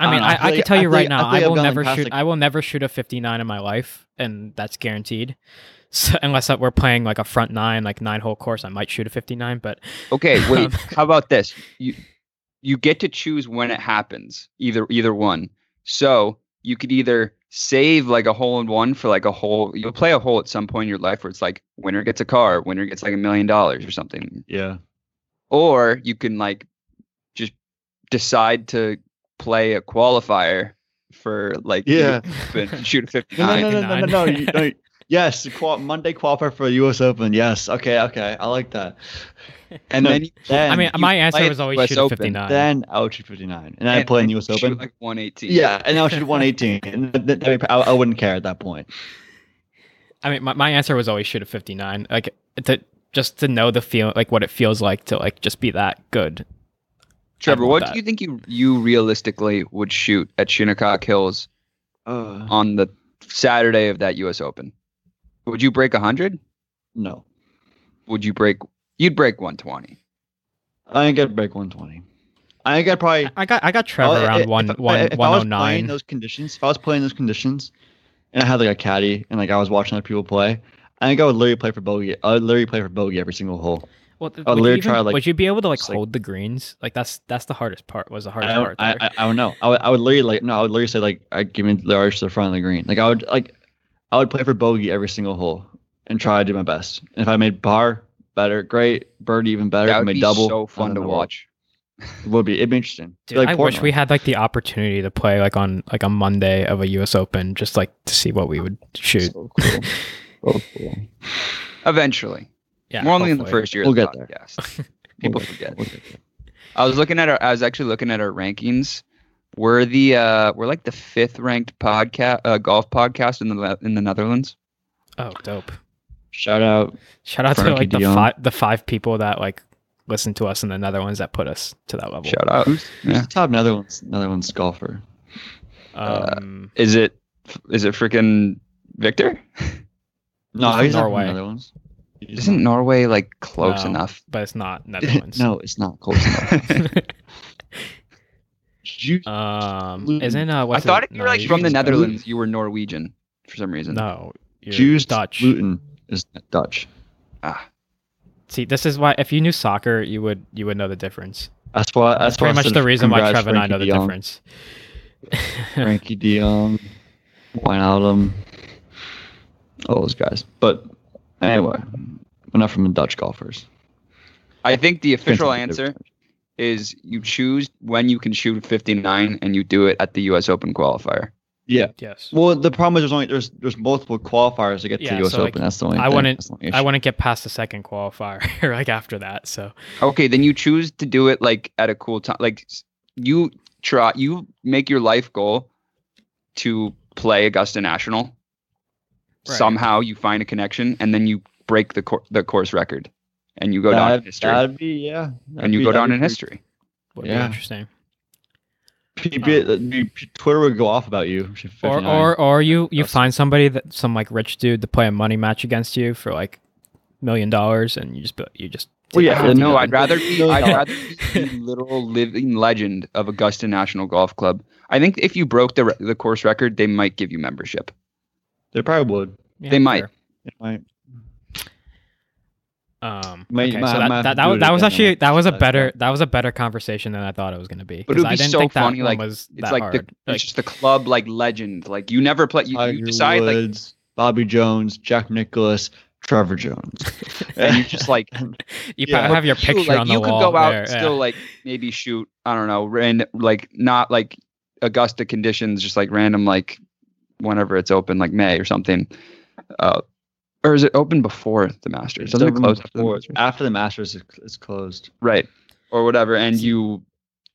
I mean, I don't know, I I, I, feel can like- tell I you feel right like- I now, feel like I I've will gone never past, shoot. like- I will never shoot a 59 in my life, and that's guaranteed. [LAUGHS] So, unless that we're playing like a front nine, like nine hole course, I might shoot a 59. [LAUGHS] But Okay, Um, wait. how about this? You you get to choose when it happens. Either either one. So you could either save like a hole in one for like a hole. You'll play a hole at some point in your life where it's like winner gets a car, winner gets like a million dollars or something. yeah, Or you can like just decide to play a qualifier for like the [LAUGHS] Yeah. Open, shoot a no, no, 59. no, no, no, no, [LAUGHS] no, 99. you- no, you- Yes, the qual- Monday qualifier for the U.S. Open. Yes, okay, okay, I like that. And No, then you Then, [LAUGHS] I mean, you my answer play was at always US shoot a Open, 59. then I would shoot 59, and I And play in the U.S. Open. shoot like 118. yeah, [LAUGHS] and I would shoot 118, and th- th- I, I wouldn't care at that point. I mean, my, my answer was always shoot a 59. Like to just to know the feel, like what it feels like to like just be that good. Trevor, love what that. do you think you you realistically would shoot at Shinnecock Hills Uh, on the Saturday of that U.S. Open? Would you break 100? no, Would you break? You'd break 120. I ain't gonna break 120. I ain't gonna probably. I got I got Trevor Oh, around if- one if- one if I was playing 109. those conditions, if I was playing those conditions, and I had like a caddy, and like I was watching other people play, I think I would literally play for bogey. I would literally play for bogey every single hole. Well, th- Oh, would, you Lear even- tried, like- would you be able to like it's like- hold the greens? Like that's that's the hardest part. Was the hardest I don't, part. I, there. I, I don't know. I would, I would literally like no. I would literally say like I give me the arch to the front of the green. Like I would like I would play for bogey every single hole and try to do my best. And if I made par better, great. Birdie even better. That if I would made be double. so fun I'm to in the world. watch. It would be. It'd be interesting. Dude, I wish we had like the opportunity to play like on like a Monday of a U.S. Open, just like to see what we would shoot. [LAUGHS] So cool. So cool. Eventually, Yeah, more only in the hopefully. first year. We'll of the get there. podcast. People forget. We'll get there. I was looking at our. I was actually looking at our rankings. We're the uh, we're like the fifth ranked podcast uh, golf podcast in the Le- in the Netherlands. Oh, dope! Shout out. Shout out to Frankie like the Dion. five the five people that like listen to us in the Netherlands that put us to that level. Shout out. Who's Yeah. the top Netherlands Netherlands golfer? Um, Is it is it freaking Victor? No, from he's not from Norway. Netherlands. He's Isn't Norway like close No. enough? but [LAUGHS] it's not not- Netherlands. no, it's not close enough. You- [LAUGHS] um, isn't uh, I what's thought it- if you were like from the Norwegian? Netherlands, you were Norwegian for some reason. No, you're Juiced Dutch. Luton is Dutch. Ah, See, this is why if you knew soccer, you would you would know the difference. That's why. That's, That's pretty why I much said the reason why congrats, Trev and I know Frankie the de Jong. difference. [LAUGHS] Frankie De Jong, Wijnaldum, all those guys. But anyway, enough from the Dutch golfers. I think the official Continue. answer is you choose when you can shoot 59 and you do it at the U.S. Open qualifier. Yeah. yes, Well, the problem is there's only there's there's multiple qualifiers to get Yeah, to the U.S. so, like, Open. that's the only. I thing. wouldn't- That's the only I issue. wouldn't get past the second qualifier [LAUGHS] like after that. So Okay, then you choose to do it like at a cool time. Like s- you try, you make your life goal to play Augusta National. Right. Somehow you find a connection, and then you break the cor- the course record, and you go down in That'd- history. That'd be yeah. and you go down in history. would be Yeah. interesting. People, Twitter would go off about you. if you're Or 59. or or you you That's- find somebody that some like rich dude to play a money match against you for like million dollars, and you just be- you just Well, yeah, I don't and- know. I'd rather be. I'd No. rather be the literal living legend of Augusta National Golf Club. I think if you broke the re- the course record, they might give you membership. they probably would. Yeah, they might. fair. It might. Um, Might- okay, might- so that, might that, do that, was, it that was again, actually though. that was a That's better that was a better conversation than I thought it was going to be. But it would 'cause I be didn't so think that funny, one like, was that It's like the, hard. it's Like, just the club like legend. Like you never play. You, Tiger you decide like Woods, Bobby Jones, Jack Nicholas, Trevor [LAUGHS] Jones. and you just [LAUGHS] like [LAUGHS] you yeah. probably have your shoot, picture like, on the you wall. could go out there, and yeah. still like maybe shoot i don't know and like not like augusta conditions just like random like whenever it's open like may or something uh or is it open before the masters It's doesn't it open close after the before- Masters? After the Masters, it's- it's closed. right or whatever and you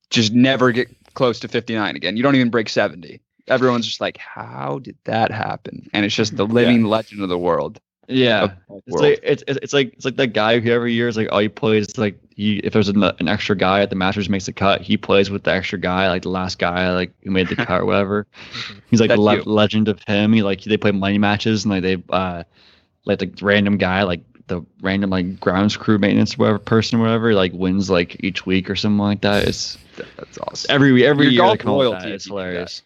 just never get close to 59 again you don't even break 70 everyone's just like how did that happen and it's just the living legend of the world Mm-hmm. Yeah, of golf it's world. like it's it's it's like it's like that guy who every year is like all he plays is, like he if there's an, an extra guy at the Masters makes the cut, he plays with the extra guy, like the last guy like [LAUGHS] who made the cut or whatever. Mhm. He's like the That's le- you. legend of him. He like they play money matches and like they uh like the random guy like the random like grounds crew maintenance or whatever person or whatever like wins like each week or something like that. It's that's awesome every every Your year they golf come up with royalty that. if It's you do that. hilarious.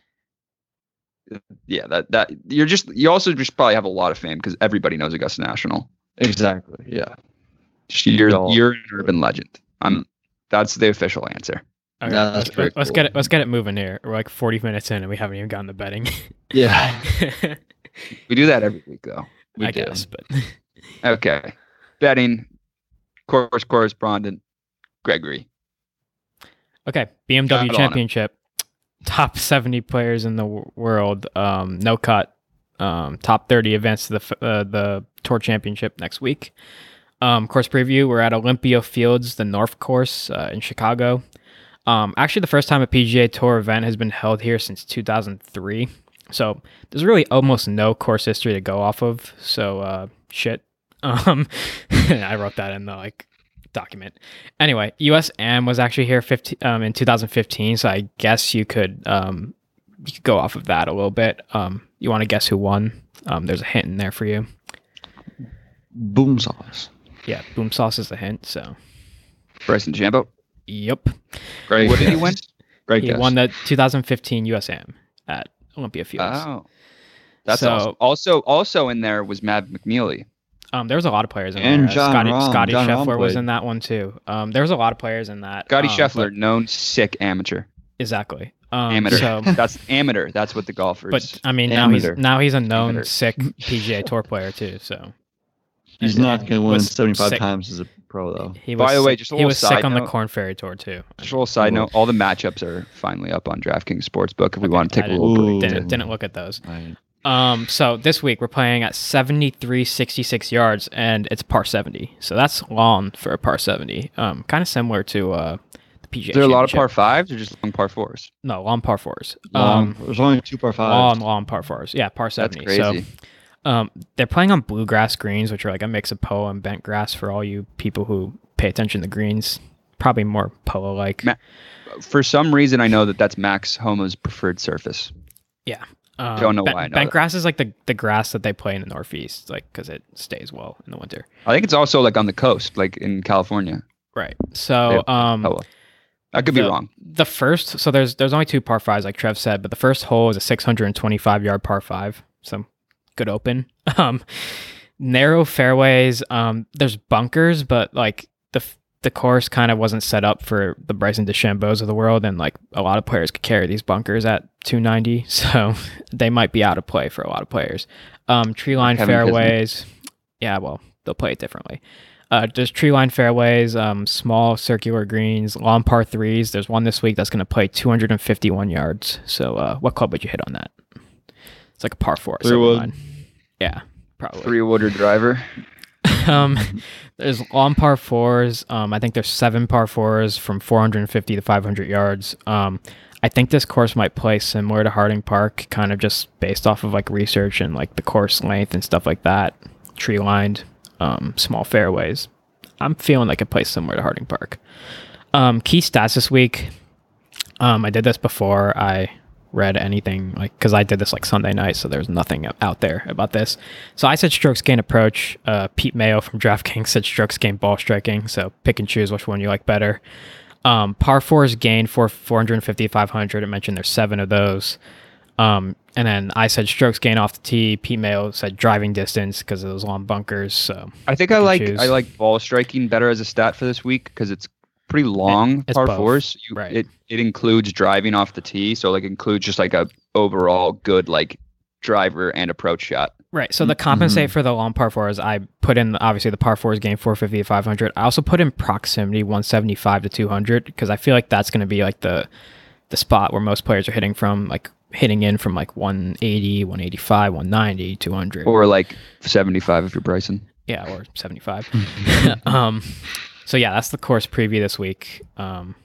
yeah, that that you're just you also just probably have a lot of fame because everybody knows Augusta National. Exactly. Yeah. Just you're Y'all- you're an urban legend. I'm that's the official answer. All Yeah, right, that's let's, pretty let's cool. get it. Let's get it moving here. We're like 40 minutes in, and we haven't even gotten the betting. Yeah. [LAUGHS] We do that every week though. [LAUGHS] We [LAUGHS] I do. guess, but Okay, betting course correspondent Gregory. okay. BMW Got on it. Championship, top 70 players in the w- world, um, no cut, um, top 30 advance to the f- uh, the Tour Championship next week. Um, course preview. We're at Olympia Fields, the North Course uh, in Chicago. Um, actually, the first time a PGA Tour event has been held here since 2003. So there's really almost no course history to go off of. So uh, shit. [LAUGHS] Um, I wrote that in the like document. Anyway, USM was actually here 15, um, in 2015. So I guess you could um, you could go off of that a little bit. Um, you want to guess who won? Um, there's a hint in there for you. Boom sauce. Yeah, boom sauce is a hint. So Bryson DeChambeau. yep, Great. What did he guess. win? Great he guess. won the 2015 USM at Ah. Olympia Fields. Oh, that's So- awesome. also also in there was Matt McNeely. Um, there was a lot of players in And there. Uh, John Scotty, Rahm. Scotty John Rahm Scheffler was played. in that one too. Um, there was a lot of players in that. Uh, Scotty um, Scheffler, but- known sick amateur. exactly. Um, amateur. [LAUGHS] So, That's amateur. That's what the golfers. but I mean, now he's Amateur. now he's a known Amateur. sick PGA Tour player too. So [LAUGHS] He's [LAUGHS] And- not going to win was 75 sick- times as a pro, though. He was By the way, sick- just a he little was sick side on the note. Corn Ferry Tour too. Just a little side note: all the matchups are finally up on DraftKings Sportsbook. If we want to take I a little didn't- break, Didn't, Ooh. didn't look at those. Right. Um, so this week we're playing at 73, 66 yards, and it's par 70. So that's long for a par 70. Um, kind of similar to uh, the PGA. is there a lot of Championship. par fives or just long par fours? No, long par fours. Long, Um, there's only two par long, fives. long par fours. Yeah, par That's 70. crazy. So um, they're playing on bluegrass greens, which are like a mix of polo and bent grass for all you people who pay attention to greens. Probably more polo like. Ma- For some reason, I know that that's Max Homa's preferred surface. Yeah. Um, Don't know bent, why I know bent that. grass is like the, the grass that they play in the Northeast, like because it stays well in the winter. I think it's also like on the coast, like in California. Right. So um, Oh, well. I could be the- wrong. the first so there's there's only two par fives like trev said but the first hole is a 625 yard par five so good open [LAUGHS] um narrow fairways um there's bunkers but like the f- the course kind of wasn't set up for the bryson DeChambeaus of the world and like a lot of players could carry these bunkers at 290 [LAUGHS] so they might be out of play for a lot of players um tree line Kevin Kisner. fairways yeah well they'll play it differently uh, there's tree line fairways, um, small circular greens, long par threes. There's one this week that's going to play 251 yards. So, uh, what club would you hit on that? It's like a par four. Three something wood. line. Yeah, probably. Three wooder driver. Um, [LAUGHS] there's long par fours. Um, I think there's seven par fours from 450 to 500 yards. Um, I think this course might play similar to Harding Park, kind of just based off of like research and like the course length and stuff like that. Tree lined, um, small fairways. I'm feeling like it plays similar to Harding Park. Um, key stats this week. Um, I did this before I read anything like because I did this like Sunday night, so there's nothing out there about this. So I said strokes gain approach. Uh, Pete Mayo from DraftKings said strokes gain ball striking. So pick and choose which one you like better. Um, par fours gain for 450, 500. I mentioned there's seven of those. Um, and then I said strokes gain off the tee. Pete Mayo said driving distance because of those long bunkers. So I think I and like choose. I like ball striking better as a stat for this week because it's pretty long it's par both, fours. You, right. It it includes driving off the tee, so like includes just like a overall good like driver and approach shot. Right. So the compensate mm-hmm. for the long par fours, I put in obviously the par fours game 450 to 500. I also put in proximity 175 to 200 because I feel like that's going to be like the the spot where most players are hitting from, like hitting in from like 180, 185, 190, 200. Or like seventy five if you're Bryson. yeah, or [LAUGHS] 75. [LAUGHS] um, so yeah, that's the course preview this week. Um,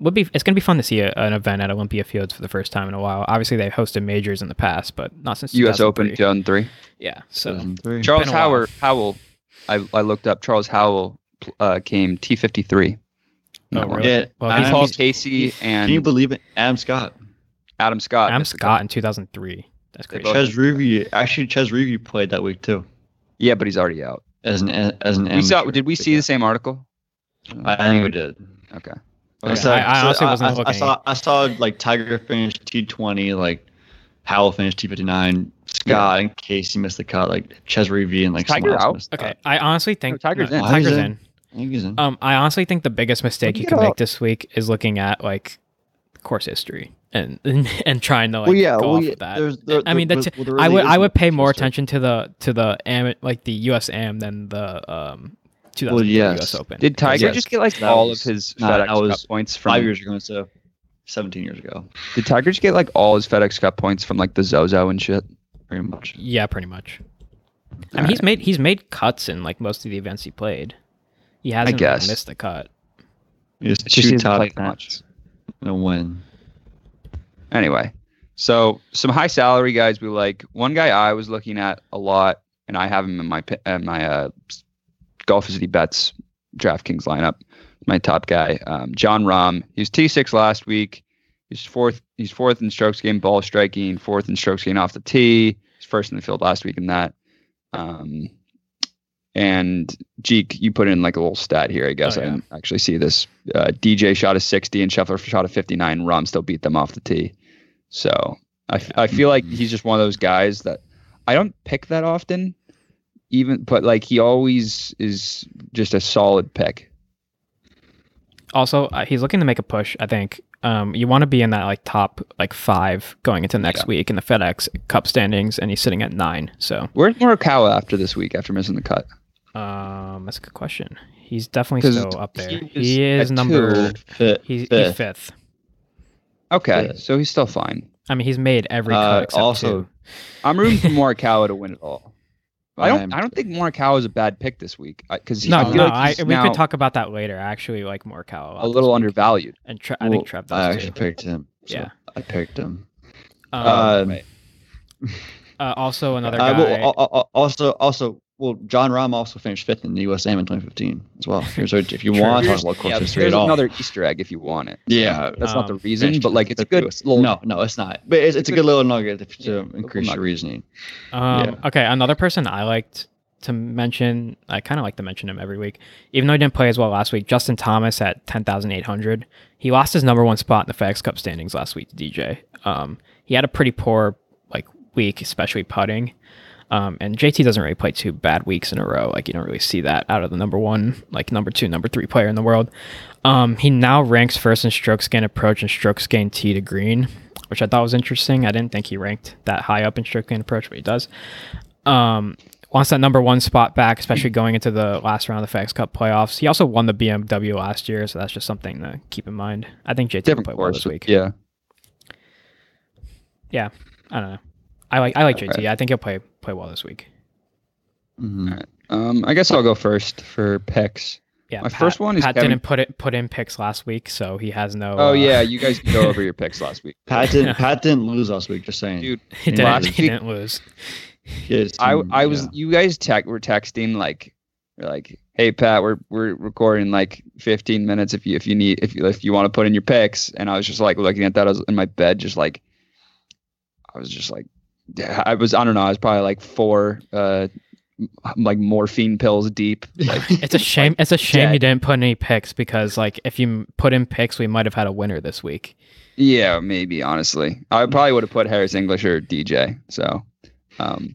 would be it's going to be fun to see a, an event at Olympia Fields for the first time in a while. Obviously, they've hosted majors in the past, but not since U.S. Open Um, 2003. 2003. Yeah. So. Three. Charles Been a while. Howell. Howell. I, I looked up. Charles Howell uh, came T53. Oh, Not wrong. really? Yeah, Well, Adam- he's- Paul he's- Casey Can you and believe it? Adam Scott. Adam Scott. I'm missed the cut. Scott in 2003. That's They crazy. both- Ches Review. Actually, Ches Review played that week, too. Yeah, but he's already out. As an as an We saw, amateur. did we see the same article? I think we did. Okay. Okay. I- I honestly wasn't I, looking. I saw I saw like Tiger finished T twenty, like Howell finished T fifty nine, Scott and Casey missed the cut, like Ches Review and like Tiger someone else out? missed the Okay, cut. I honestly think No, Tiger's in. Why Tiger's is it? in. I think he's in. Um, I honestly think the biggest mistake Look you it can make up. this week is looking at like course history and [LAUGHS] and, trying to like well, yeah, go well, off yeah, of that. There's, there, I mean, there- that's well, there I really would I isn't would pay more history. attention to the to the am like the USAM than the um 2000 yes. US Open. Did Tiger Yes. just get like That all was- of his no, FedEx that was Cup points from? Five years ago instead of seventeen years ago, Did Tiger just get like all his FedEx Cup points from like the Zozo and shit? pretty much. yeah, pretty much. I mean, All he's made he's made cuts in like most of the events he played. He hasn't like, guess. missed a cut. It's It's just two he hasn't top played that matches and a win. Anyway, so some high salary guys we like. One guy I was looking at a lot, and I have him in my pi- uh, my uh, Golf City Bets DraftKings lineup. My top guy, um, John Rahm. He was T6 last week. He's fourth. He's fourth in strokes gained ball striking. Fourth in strokes gained off the tee. He's first in the field last week in that. Um, and Jeek, you put in like a little stat here. I guess Oh, yeah. I didn't actually see this. Uh, DJ shot a 60 and Scheffler shot a 59. Rahm still beat them off the tee. Mm-hmm. So I, f- I feel like he's just one of those guys that I don't pick that often, even but like he always is just a solid pick. Also, uh, he's looking to make a push. I think um, you want to be in that like top like five going into next Yeah. week in the FedEx Cup standings, and he's sitting at nine. So Where's Morikawa after this week after missing the cut? um, that's a good question. He's definitely 'Cause still up there. he He, was is at number. two. Fit, He's, he's fifth. fifth. Okay, Yeah. so he's still fine. I mean, he's made every Uh, cut except also- two. I'm rooting [LAUGHS] for Morikawa to win it all. I I'm don't. I don't think Morikawa is a bad pick this week because No, I feel no, like he's I, we now could talk about that later. I actually like Morikawa lot a little this week. undervalued. and Tre- I Well, think Trev does I too. actually picked him. so Yeah. I picked him. Um, Uh, Right. uh, also, another Uh, guy. well, al- al- also, also, well, John Rahm also finished fifth in the USAM in 2015 [LAUGHS] as well. Here's what- if you True. want to talk Here's- about course yeah, history there's at all, another Easter egg if you want it. yeah, That's not the Um, reason, finished but like it's a good fifth. little No, no, it's not. But it's, it's a good [LAUGHS] little nugget if, to Yeah, little increase your nugget. reasoning. Um, Okay, another person I liked to mention, I kind of like to mention him every week, even though he didn't play as well last week. Justin Thomas at ten thousand eight hundred. He lost his number one spot in the FedEx Cup standings last week to DJ. Um, he had a pretty poor like week, especially putting. Um, and JT doesn't really play two bad weeks in a row. Like you don't really see that out of the number one, like number two, number three player in the world. Um, he now ranks first in strokes gain approach and strokes gain tee to green, which I thought was interesting. I didn't think he ranked that high up in strokes gain approach, but he does. Um, wants that number one spot back, especially going into the last round of the FedEx Cup playoffs. He also won the BMW last year, so that's just something to keep in mind. I think JT will different play well course this week. Yeah, I don't know. I like I like JT. Alright. I think he'll play play well this week. Mhm. Um, I guess I'll go first for picks. Yeah, My first one is Pat Kevin- didn't put it put in picks last week, so he has no. Oh uh, [LAUGHS] yeah, you guys can go over [LAUGHS] your picks last week. [LAUGHS] Pat didn't. Pat didn't lose last week. Just saying. Dude, he didn't. Last he week- didn't lose. His I team, I was yeah. you guys tech were texting like you're like hey Pat we're we're recording like 15 minutes if you if you need if you if you want to put in your picks and I was just like looking at that I was in my bed just like I was just like I was I don't know I was probably like four uh m- like morphine pills deep [LAUGHS] It's a shame. It's a shame dead. you didn't put any picks because, like, if you m- put in picks, we might have had a winner this week. Yeah, maybe honestly, I probably would have put Harris English or DJ. So, um,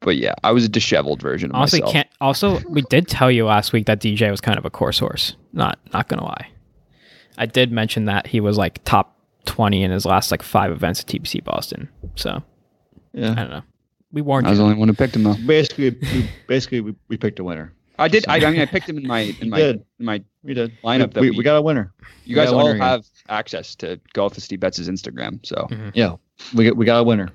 but yeah, I was a disheveled version of Honestly, myself. can't. Also, we did tell you last week that DJ was kind of a course horse. Not not gonna lie, I did mention that he was like top twenty in his last like five events at TPC Boston. So I yeah. don't know. We warned I was you. the only one who picked him though. Basically, we, basically we, we picked a winner. I did. I, I [LAUGHS] mean, I picked him in my in my did. in my. We did. Lineup that We, we- we got [LAUGHS] a winner. You We got guys a all winner again. have access to Golf with Steve Betts' Instagram, so Yeah. We got we got a winner.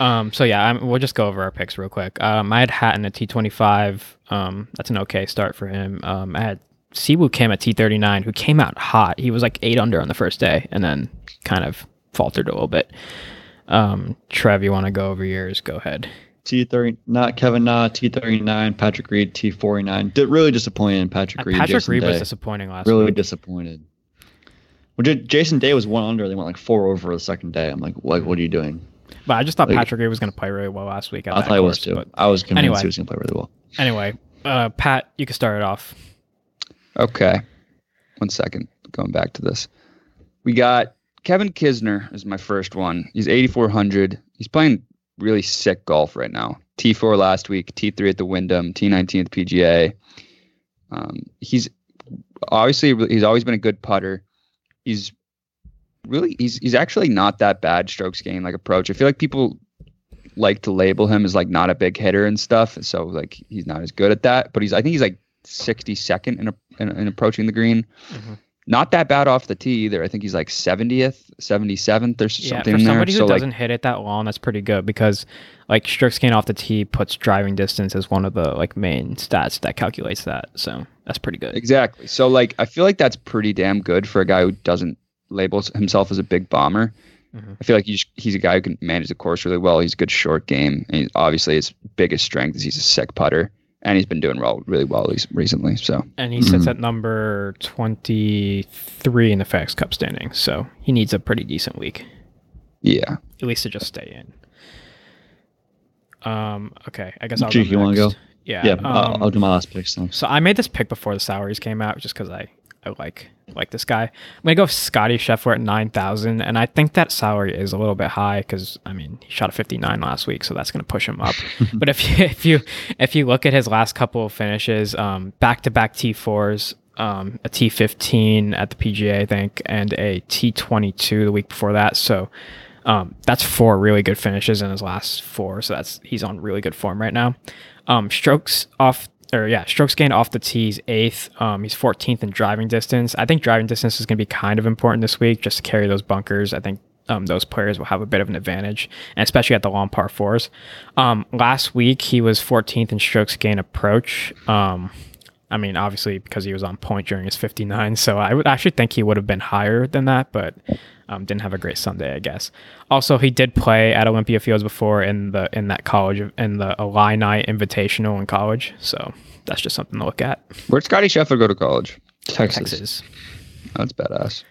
Um, so yeah, I'm, we'll just go over our picks real quick. Um, I had Hatton at T25. Um, that's an okay start for him. Um, I had Siwoo Kim at T39, who came out hot. He was like eight under on the first day, and then kind of faltered a little bit. Um, Trev, you want to go over yours? Go ahead. T thirty not Kevin Na, T thirty nine, Patrick Reed, T forty nine. Did really disappointed in Uh, Patrick Reed. Patrick Jason Reed was Day. disappointing last really week. disappointed. Well, J- Jason Day was one under. They went like four over the second day. I'm like, like, what are you doing? But I just thought like- Patrick Reed was going to play really well last week. At I that thought he was course, too. But I was convinced Anyway. he was gonna play really well. anyway, uh, Pat, you can start it off. okay. One second, going back to this, we got Kevin Kisner is my first one. He's 8400. He's playing really sick golf right now. T4 last week, T3 at the Wyndham, T19 at the PGA. Um, he's obviously he's always been a good putter. He's really he's he's actually not that bad strokes gain like approach. I feel like people like to label him as like not a big hitter and stuff, so like he's not as good at that. But he's I think he's like 62nd in, a, in, in approaching the green. Mhm. Not that bad off the tee either. I think he's like 70th, 77th or Yeah, something for in there. somebody who so like, doesn't hit it that long, that's pretty good because like stroke gain off the tee puts driving distance as one of the like main stats that calculates that. So that's pretty good. Exactly. So like I feel like that's pretty damn good for a guy who doesn't label s- himself as a big bomber. Mhm. I feel like he's he's a guy who can manage the course really well. He's a good short game, and he's, obviously his biggest strength is he's a sick putter, and he's been doing well really well at least recently. So And he Mhm. sits at number twenty three in the FedEx Cup standing, so he needs a pretty decent week yeah, at least to just stay in. Um. Okay. I guess I'll Jake, go you wanna next. go? Yeah. Yeah, uh, um, I'll, I'll do my last picks. Then. So I made this pick before the salaries came out, just because I I like like this guy. I'm gonna go with Scotty Scheffler at nine thousand, and I think that salary is a little bit high because I mean he shot a fifty nine last week, so that's gonna push him up. but if you if you if you look at his last couple of finishes, um, back to back T fours, um, a T fifteen at the PGA, I think, and a T twenty two the week before that. So um, that's four really good finishes in his last four. So that's he's on really good form right now. Um, strokes off or yeah, strokes gained off the tee is eighth. Um, he's 14th in driving distance. I think driving distance is going to be kind of important this week just to carry those bunkers. I think um, those players will have a bit of an advantage, and especially at the long par fours. Um, last week he was 14th in strokes gain approach. Um, I mean, obviously because he was on point during his 59, so I would actually think he would have been higher than that, but um, didn't have a great Sunday, I guess. Also, he did play at Olympia Fields before in the in that college in the Illini Invitational in college, so that's just something to look at. Where'd Scotty Scheffler go to college? Texas. Texas. That's badass.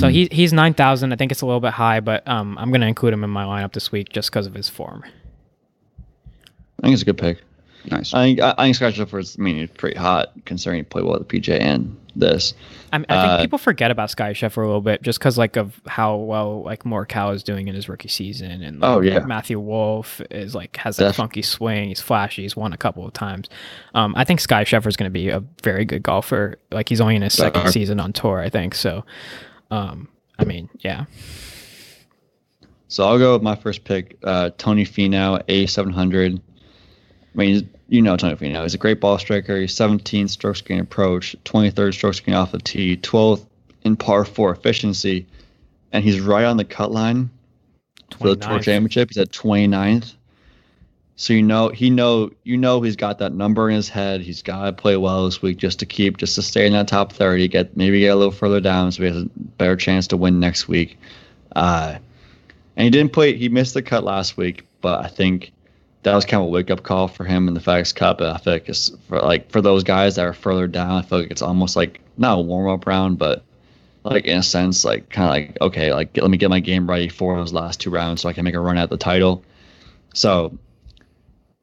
So he he's nine thousand. I think it's a little bit high, but um, I'm gonna include him in my lineup this week just because of his form. I think it's a good pick. Nice. I think I, I think Scott Schiffer is I mean he's pretty hot considering he played well at the PJ and this. I, I think Uh, people forget about Sky Chef for a little bit just because like of how well like Morikawa is doing in his rookie season, and like, Oh, yeah. Matthew Wolf is like has that Def- funky swing. He's flashy. He's won a couple of times. Um, I think Sky Sheffer is going to be a very good golfer. Like he's only in his second Sure. season on tour, I think. So, um, I mean, yeah, So I'll go with my first pick, uh, Tony Finau, A seven hundred. I mean, he's- you know Tony Finau. He's a great ball striker. He's 17th strokes gain approach, 23rd strokes gain off the tee, 12th in par four efficiency, and he's right on the cut line for the tour 29th. championship. He's at 29th. So you know he know you know he's got that number in his head. He's got to play well this week just to keep just to stay in that top 30. Get maybe get a little further down so he has a better chance to win next week. Uh, and he didn't play. He missed the cut last week, but I think that was kind of a wake up call for him in the FedEx Cup. And I feel like it's for like for those guys that are further down. I feel like it's almost like not a warm up round, but like in a sense, like kind of like okay, like let me get my game ready for those last two rounds so I can make a run at the title. So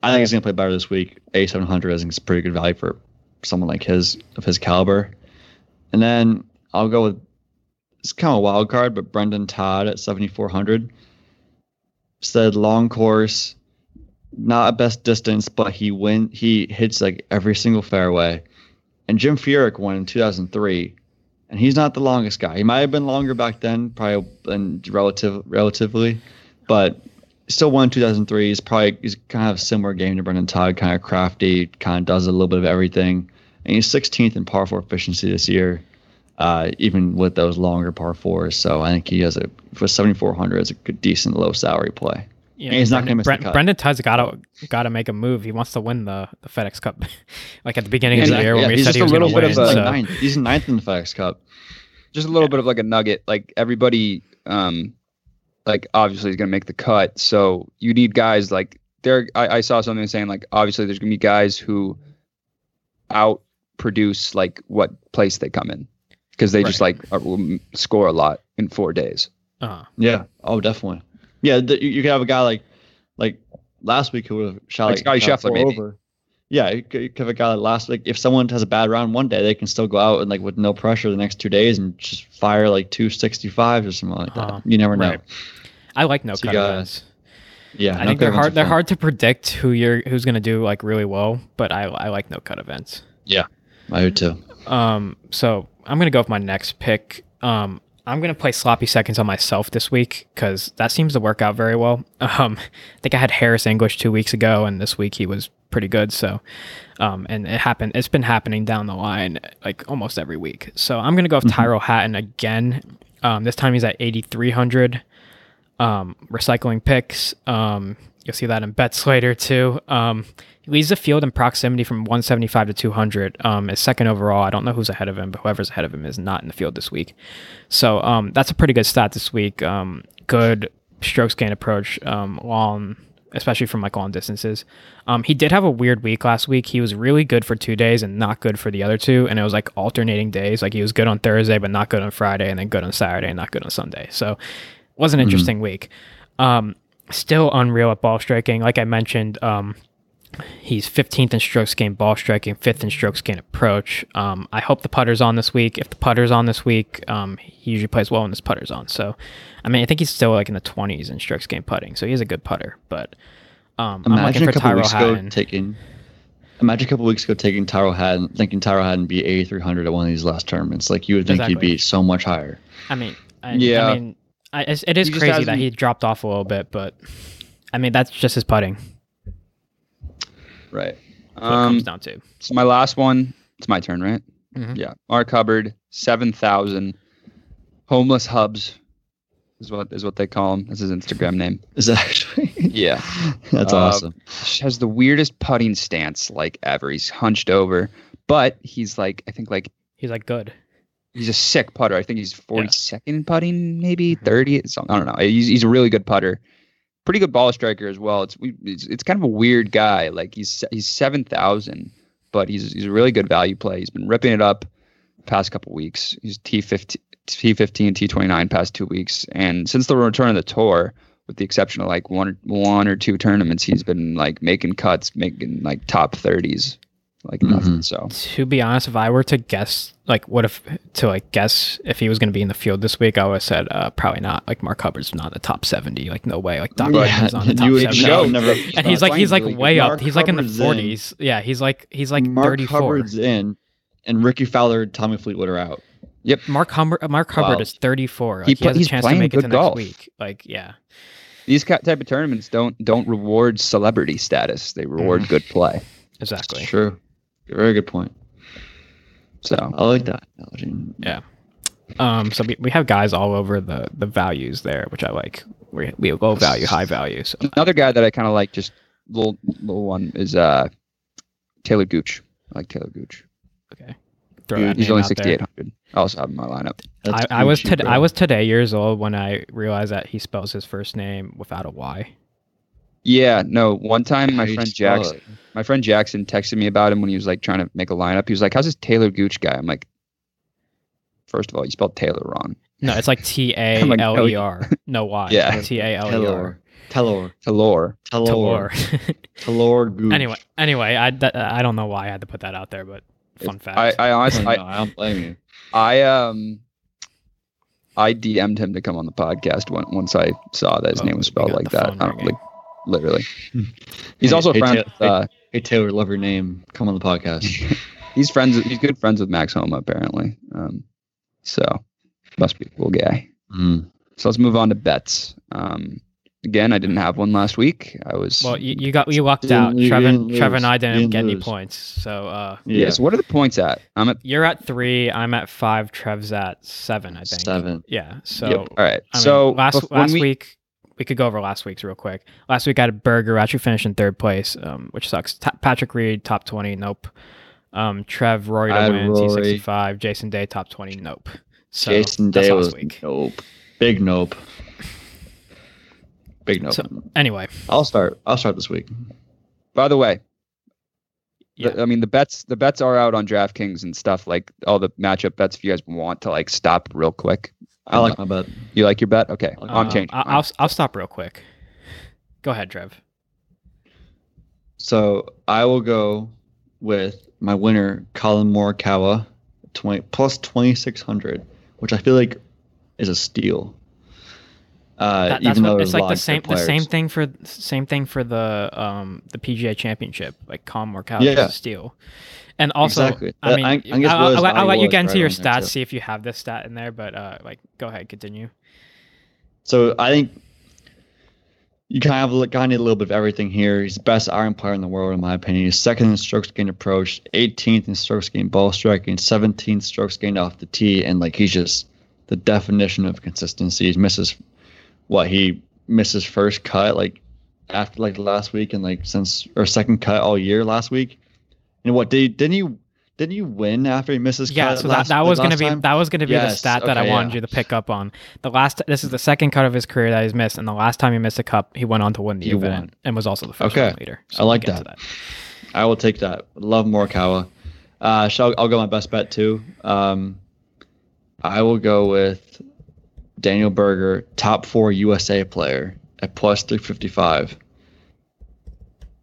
I think he's gonna play better this week. A seven hundred, I think is pretty good value for someone like his of his caliber. And then I'll go with it's kind of a wild card, but Brendan Todd at seventy four hundred. Said long course, not a best distance, but he win he hits like every single fairway. And Jim Furyk won in two thousand three and he's not the longest guy. He might have been longer back then, probably and relative relatively, but still won in 2003. He's probably he's kind of a similar game to Brendan Todd, kind of crafty, kind of does a little bit of everything. And he's 16th in par four efficiency this year, uh, even with those longer par fours. So I think he has a for 7,400 is a good, decent low salary play. you And he's not gonna miss the Brendan- cut. Brendan Todd's got to got to make a move. He wants to win the the FedEx Cup, [LAUGHS] like at the beginning of the Exactly, year when Yeah, we he's said just he a was little going to bit win. of a so- ninth. He's ninth in the FedEx Cup. just a little bit of like a nugget. Like everybody, um, like obviously is going to make the cut. So you need guys like there. I, I saw something saying like obviously there's going to be guys who out produce like what place they come in because they just like are, will score a lot in four days. uh, Yeah. Oh, definitely. Yeah, th- you you could have a guy like like last week who would have shot Like like, Scotty shot Scheffler, four maybe. over. Yeah, you could, you could have a guy that last like if someone has a bad round one day, they can still go out and like with no pressure the next two days and just fire like two sixty five or something like that. Uh-huh. you never know. Right. I like no So you cut got- events. Yeah, I no think they're good hard. ones are They're fun. hard to predict who you're who's going to do like really well, but I I like no cut events. I do too. Um, so I'm gonna go with my next pick. Um, I'm gonna play sloppy seconds on myself this week because that seems to work out very well. [LAUGHS] Um, I think I had Harris English two weeks ago, and this week he was pretty good. So, um, and it happened. It's been happening down the line like almost every week. So I'm gonna go with Tyrell Hatton again. Um, this time he's at 8,300. Um, recycling picks. Um, you'll see that in bets later too. Um, he leads the field in proximity from 175 to 200. Um, is second overall. I don't know who's ahead of him, but whoever's ahead of him is not in the field this week. So um, that's a pretty good stat this week. Um, good stroke gain approach, um, long, especially from like long distances. Um, he did have a weird week last week. He was really good for two days and not good for the other two, and it was like alternating days. Like he was good on Thursday, but not good on Friday, and then good on Saturday and not good on Sunday. So was Mm-hmm. an interesting week. Um, still unreal at ball striking. Like I mentioned, um, He's 15th in strokes gained ball striking, fifth in strokes gained approach. Um, I hope the putter's on this week. If the putter's on this week, um, he usually plays well when his putter's on. So, I mean, I think he's still like in the 20s in strokes gained putting. So he is a good putter. But um, I'm looking Imagine for a couple Tyrell weeks ago Hatton. taking. Imagine a couple weeks ago taking Tyrell Hatton, thinking Tyrell Hatton be a three hundred at one of these last tournaments. Like you would think he'd Exactly. be so much higher. I mean, I, Yeah. I mean, I, it's- it is He just crazy that hasn't- he dropped off a little bit, but I mean, that's just his putting. is Right. What it Um, comes down to. so my last one. It's my turn, right? Mhm. Yeah. Mark Hubbard, seven thousand homeless hubs is what is what they call him. That's his Instagram name. Is that actually? [LAUGHS] Yeah. That's Uh, awesome. has the weirdest putting stance like ever. He's hunched over, but he's like I think like He's like good. he's a sick putter. I think he's 42nd in putting, maybe 30. Something. I don't know. He's, he's a really good putter, pretty good ball striker as well. It's we, it's, it's kind of a weird guy. Like he's he's 7,000, but he's he's a really good value play. He's been ripping it up past couple weeks. He's T15, T15, T29 past two weeks, and since the return of the tour. With the exception of like one or one or two tournaments, he's been like making cuts, making like top thirties, like nothing. So To be honest, if I were to guess, like, what if to like guess if he was going to be in the field this week, I would have said uh, probably not. Like Mark Hubbard's not in the top seventy. Like no way. Like Doc Right. Rivers is on the You top would seventy. know. [LAUGHS] never- And he's like he's like way up. Mark He's like in the Hubbard's in. forties. Yeah, he's like he's like Mark thirty four. Hubbard's in, and Ricky Fowler, and Tommy Fleetwood are out. Mark Hubbard Mark Hubbard Wow. is thirty four. Like, He he, pla- has a he's chance to playing make it good to golf. next week. Like yeah. these ki- type of tournaments don't don't reward celebrity status. They reward Mm. good play. Exactly. True. Very good point. So I like that analogy. Um, so we, we have guys all over the the values there, which I like. We we have low value, high value. So another guy that I kind of like, just little little one, is uh Taylor Gooch. I like Taylor Gooch. okay, throw Dude, that He's name only out there. sixty eight hundred. I also have him in my lineup. That's I, I was Gucci, today bro. I was today years old when I realized that he spells his first name without a Y. Yeah, no. One time, my How you friend spell it? Jackson, my friend Jackson texted me about him when he was like trying to make a lineup. He was like, "How's this Taylor Gooch guy?" I'm like, first of all, you spelled Taylor wrong. No, it's like T A I'm like, no, L E you- R. [LAUGHS] No Y. Yeah. T A L E R. Taylor. Taylor. Taylor. Taylor. Talor. Taylor Gooch. [LAUGHS] anyway, anyway, I that, I don't know why I had to put that out there, but fun fact. I, I honestly, I, I, know, I don't blame you. I um I DM'd him to come on the podcast when, once I saw that his Oh, name was we spelled got like the that. phone I don't, ringing. like [LAUGHS] literally. He's Hey- also hey, friends. Taylor- with, uh, Hey Taylor, love your name. Come on the [LAUGHS] podcast. he's friends. with- He's good friends with Max Homa apparently. Um, so must be a cool guy. Mm. So let's move on to bets. Um, again, I didn't have one last week. I was well, you, you got you lucked You out. didn't- you Trevor didn't Trevor and I lose. You didn't didn't get any lose. points, so uh, yeah. So what are the points at? I'm at you're at three. I'm at five. Trev's at seven. I think. Seven. Yeah. So yep. All right. I mean, so last bef- when last we- week we could go over last week's real quick. Last week I had a burger. I actually finished in third place, um, which sucks. Ta Patrick Reed top twenty, nope. Um, Trev Roy I to had win Rory. T sixty five. Jason Day top twenty, nope. So Jason that's Day last was week. nope. Big nope. Big nope. So- Anyway, I'll start. I'll start this week. By the way, the- Yeah. I mean the bets the bets are out on DraftKings and stuff like all the matchup bets. If you guys want to like stop real quick, I like my bet. you like your bet. Okay, Um, I'm um, changing. I- mine. I'll I'll stop real quick. Go ahead, Trev. So I will go with my winner, Colin Morikawa, 20, plus 2,600, which I feel like is a steal. Uh, That- that's even though what, there's it's like the lots of same the players. same thing for same thing for the um the PGA Championship like calm workout Yeah. is a steal, and also Exactly. I That- mean I- I I, guess Will's will let value you was get into right your on there, stats too. see if you have this stat in there but uh like go ahead continue So I think you kind of look- kind of need a little bit of everything here. He's the best iron player in the world, in my opinion. He's second in strokes gained approach, 18th in strokes gained ball striking, 17th strokes gained off the tee, and like he's just the definition of consistency. He misses what he misses first cut like after like last week and like since or second cut all year last week. And what did didn't you didn't you win after he misses yeah cut uh, so last- that, that like, was gonna last be time? that was gonna be the Yes, stat that I okay, wanted yeah. you to pick up on the last this is the second cut of his career that he's missed and the last time he missed a cup he went on to win the He event won. and was also the first Okay. running leader I like we'll get to that. I will take that. Love Morikawa. Uh, shall I'll go my best bet too. Um, I will go with Daniel Berger, top four USA player at plus three fifty five.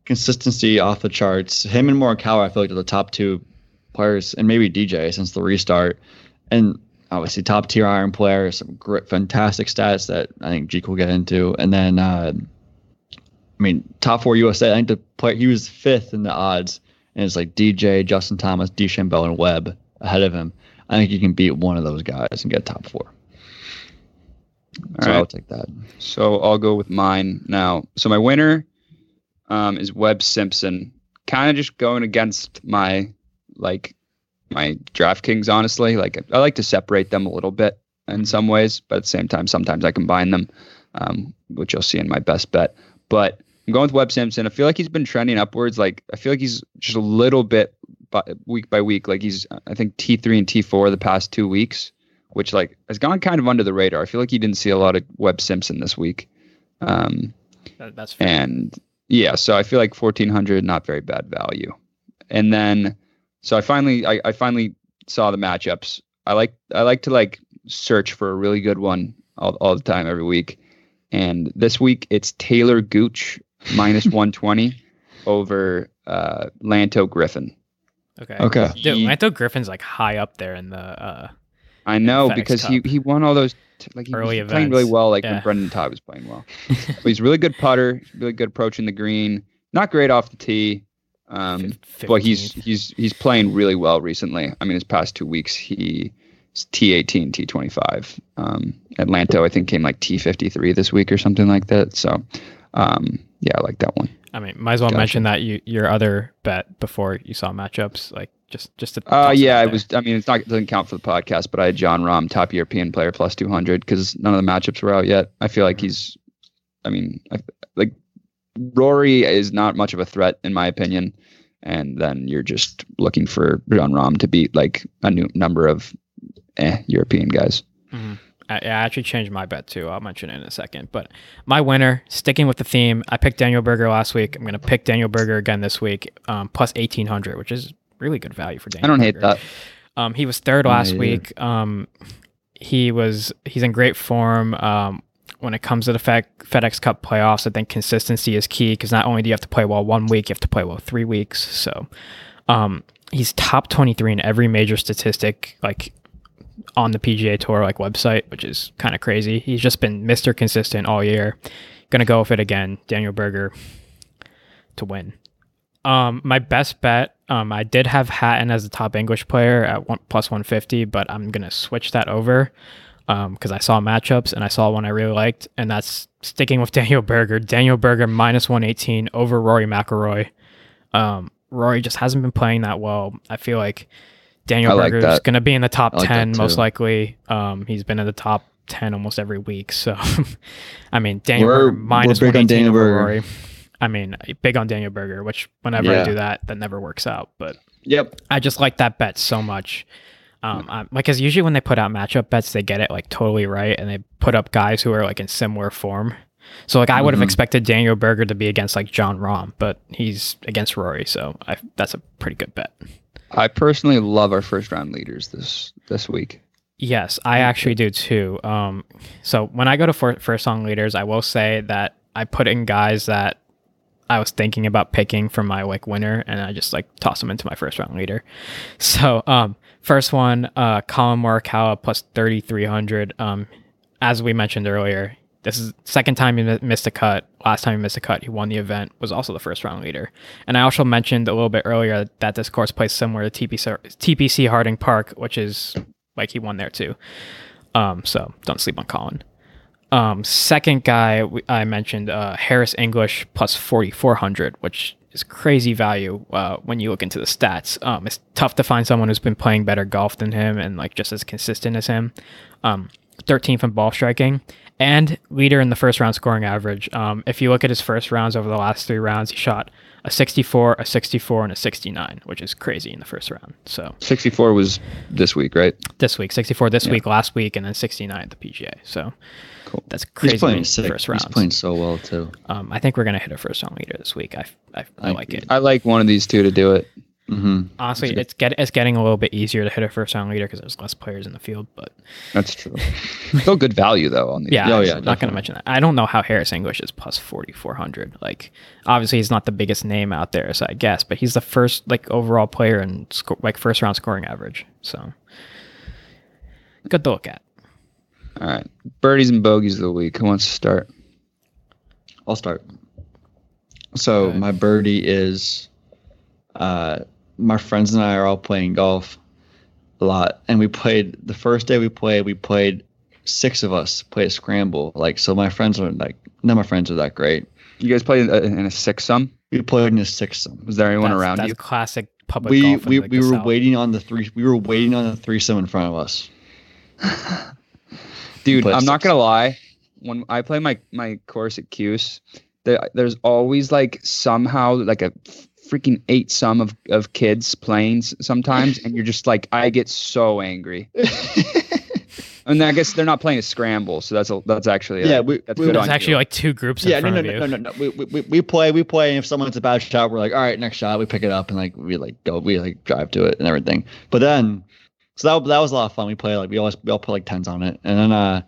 consistency off the charts. Him and Morikawa, I feel like, are the top two players, and maybe DJ since the restart. And obviously, top tier iron player, some great, fantastic stats that I think Jeek will get into. And then, uh, I mean, top four USA. I think the player he was fifth in the odds, and it's like DJ, Justin Thomas, DeChambeau, and Webb ahead of him. I think you can beat one of those guys and get top four. so right. I'll take that. So I'll go with mine now. So my winner um, is Webb Simpson. Kind of just going against my like my DraftKings. Honestly, like I like to separate them a little bit in some ways, but at the same time, sometimes I combine them, um, which you'll see in my best bet. But I'm going with Webb Simpson. I feel like he's been trending upwards. Like I feel like he's just a little bit by, week by week. Like he's I think T3 and T4 the past two weeks which like has gone kind of under the radar. I feel like you didn't see a lot of Webb Simpson this week. Um, That, that's fair. and yeah, so I feel like 1400 not very bad value. And then so I finally I, I finally saw the matchups. I like I like to like search for a really good one all, all the time every week. And this week it's Taylor Gooch minus 120 over uh, Lanto Griffin. okay. Okay. Dude, Lanto Griffin's like high up there in the. Uh, I know FedEx because he, Cup. he won all those t- like he Early was playing really events. well like Yeah. when Brendan Todd was playing [LAUGHS] well. But he's a really good putter, really good approach in the green. Not great off the tee, um, fif- but he's 15th. he's he's playing really well recently. I mean, his past two weeks he T eighteen, T twenty five. Um, Atlanto I think came like T fifty three this week or something like that. So um, yeah, I like that one. I mean, might as well Gotcha. mention that you your other bet before you saw matchups, like just just to. Uh, toss it yeah, out I there. was. I mean, it's not it doesn't count for the podcast, but I had John Rom, top European player, plus two hundred because none of the matchups were out yet. I feel like he's. I mean, I, like Rory is not much of a threat in my opinion, and then you're just looking for John Rom to beat like a new number of eh, European guys. Mm-hmm. I, I actually changed my bet too. I'll mention it in a second. But my winner, sticking with the theme, I picked Daniel Berger last week. I'm going to pick Daniel Berger again this week, um, plus 1800, which is really good value for Daniel. I don't hate Berger. that. Um, he was third last either. week. Um, he was he's in great form. Um, when it comes to the Fed, FedEx Cup playoffs, I think consistency is key because not only do you have to play well one week, you have to play well three weeks. So, um, he's top twenty three in every major statistic, like on the PGA Tour like website, which is kind of crazy. He's just been Mister Consistent all year. Gonna go with it again, Daniel Berger, to win. Um, my best bet. Um, I did have Hatton as the top English player at one, plus one fifty, but I'm gonna switch that over because I saw matchups and I saw one I really liked, and that's sticking with [LAUGHS] Daniel Berger. Daniel Berger minus one eighteen over Rory McIlroy. Um, Rory just hasn't been playing that well. I feel like Daniel I like Berger's that. gonna be in the top I like that ten most too. likely. Um, he's been in the top ten almost every week, so [LAUGHS] I mean Daniel We're- Berger minus we're big on 118 Daniel over Berger. Rory. I mean, big on Daniel Berger, which whenever I Yeah. do that, that never works out. But Yep. I just like that bet so much. Um, I, like, cause usually when they put out matchup bets, they get it like totally right, and they put up guys who are like in similar form. So like, I would have Mhm. Mm-hmm. expected Daniel Berger to be against like John Rahm, but he's against Rory, so I, that's a pretty good bet. I personally love our first round leaders this this week. Yes, I actually do too. Um, so when I go to for, first song leaders, I will say that I put in guys that I was thinking about picking for my like winner, and I just like toss them into my first round leader. [LAUGHS] So um, first one, uh, Colin Morikawa plus thirty three hundred. Um, as we mentioned earlier, this is second time he mi- missed a cut. Last time he missed a cut, he won the event. Was also the first round leader. And I also mentioned a little bit earlier that this course plays similar to TPC, TPC Harding Park, which is like he won there too. Um, so don't sleep on Colin. Um, second guy we- I mentioned, uh, Harris English plus 4,400, which is crazy value uh, when you look into the stats. Um, it's tough to find someone who's been playing better golf than him and like just as consistent as him. Um, 13th in ball striking and leader in the first round scoring average. Um, if you look at his first rounds over the last three rounds, he shot a 64, a 64, and a 69, which is crazy in the first round. So Sixty four was this week, right? this week, 64 this Yeah. week, last week, and then 69 at the PGA. So Cool. that's He's crazy. playing many sick. First He's rounds. playing so well too. Um, I think we're gonna hit a first round leader this week. I, I, I I like it. I like one of these two to do it. hmm That's Honestly, good. it's get it's getting a little bit easier to hit a first round leader because there's less players in the field. But That's true. Still good value though on the yeah, Oh, I'm yeah, not going definitely. to mention that. I don't know how Harris English is plus forty four hundred. Like, obviously, he's not the biggest name out there, so I guess, but he's the first like overall player and sco- like first round scoring average. So good to look at. All right. Birdies and bogeys of the week. Who wants to start? I'll start. So Okay. my birdie is, uh, my friends and I are all playing golf a lot, and we played the first day we played. We played six of us played a scramble. Like so, my friends are like none of my friends are that great. You guys played in a, in a six sum. We played in a six sum. Was there anyone that's, around that's you? classic public We golf. in, we, like, we the were South. waiting on the three. We were waiting on the threesome in front of us. Dude, played I'm not six. gonna lie. When I play my my course at Cuse, there, there's always like somehow like a freaking eight sum of of kids playing s- sometimes, and you're just like, I get so [LAUGHS] angry. And I guess they're not playing a scramble, so that's a, that's actually a, Yeah, we- that's we- good There's on actually you. like two groups in yeah, no, front no, of you. no, no, no, no. We, we- we, we play, we play, and if someone's a bad shot, we're like, all right, next shot, we pick it up, and like we like go, we like drive to it and everything. But then, so that that was a lot of fun. We play like we always we all put like tens on it, and then uh,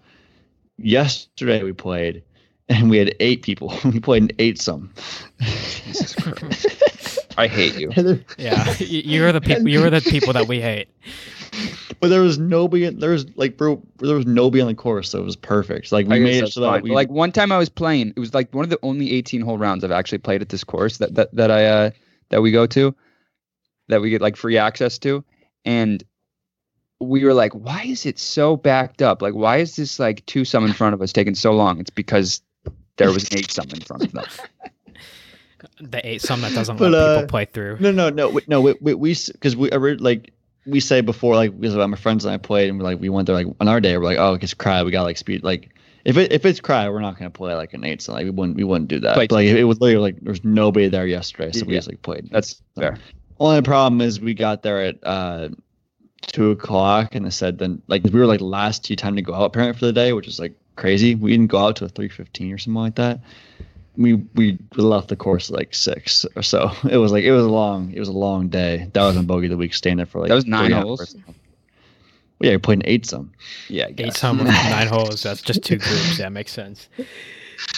yesterday we played, and we had eight people. [LAUGHS] we played an eight some. Jesus [LAUGHS] Christ. I hate you. Yeah, [LAUGHS] you- you were the people. You were the people that we hate. But there was nobody. There was like bro, there was nobody on the course, so it was perfect. Like we I guess made it that's so that fine. we like one time I was playing, it was like one of the only 18 hole rounds I've actually played at this course that that that I uh, that we go to, that we get like free access to, and we were like, why is it so backed up? Like, why is this like two some in front of us taking so long? It's because there was an eight some in front of them. The eight some that doesn't But, let uh, people play through. No, no, no, we, no. We we because we, we like we say before like because my friends and I played and we're like we went there like on our day we're like oh it's cry we got like speed like if it if it's cry we're not gonna play like an eight so like we wouldn't we wouldn't do that Play- but, like it was literally like there was nobody there yesterday so we Yeah. just like played That's fair. only problem is we got there at uh two o'clock and they said then like we were like last two time to go out apparently for the day which is like crazy we didn't go out till three fifteen or something like that we we left the course at, like six or so [LAUGHS] it was like it was a long it was a long day that was on bogey of the week staying there for [LAUGHS] like That was three nine hours. holes? yeah we played an eight some Yeah, I guess. Eight some with nine holes. That's just two groups. That makes sense. [LAUGHS]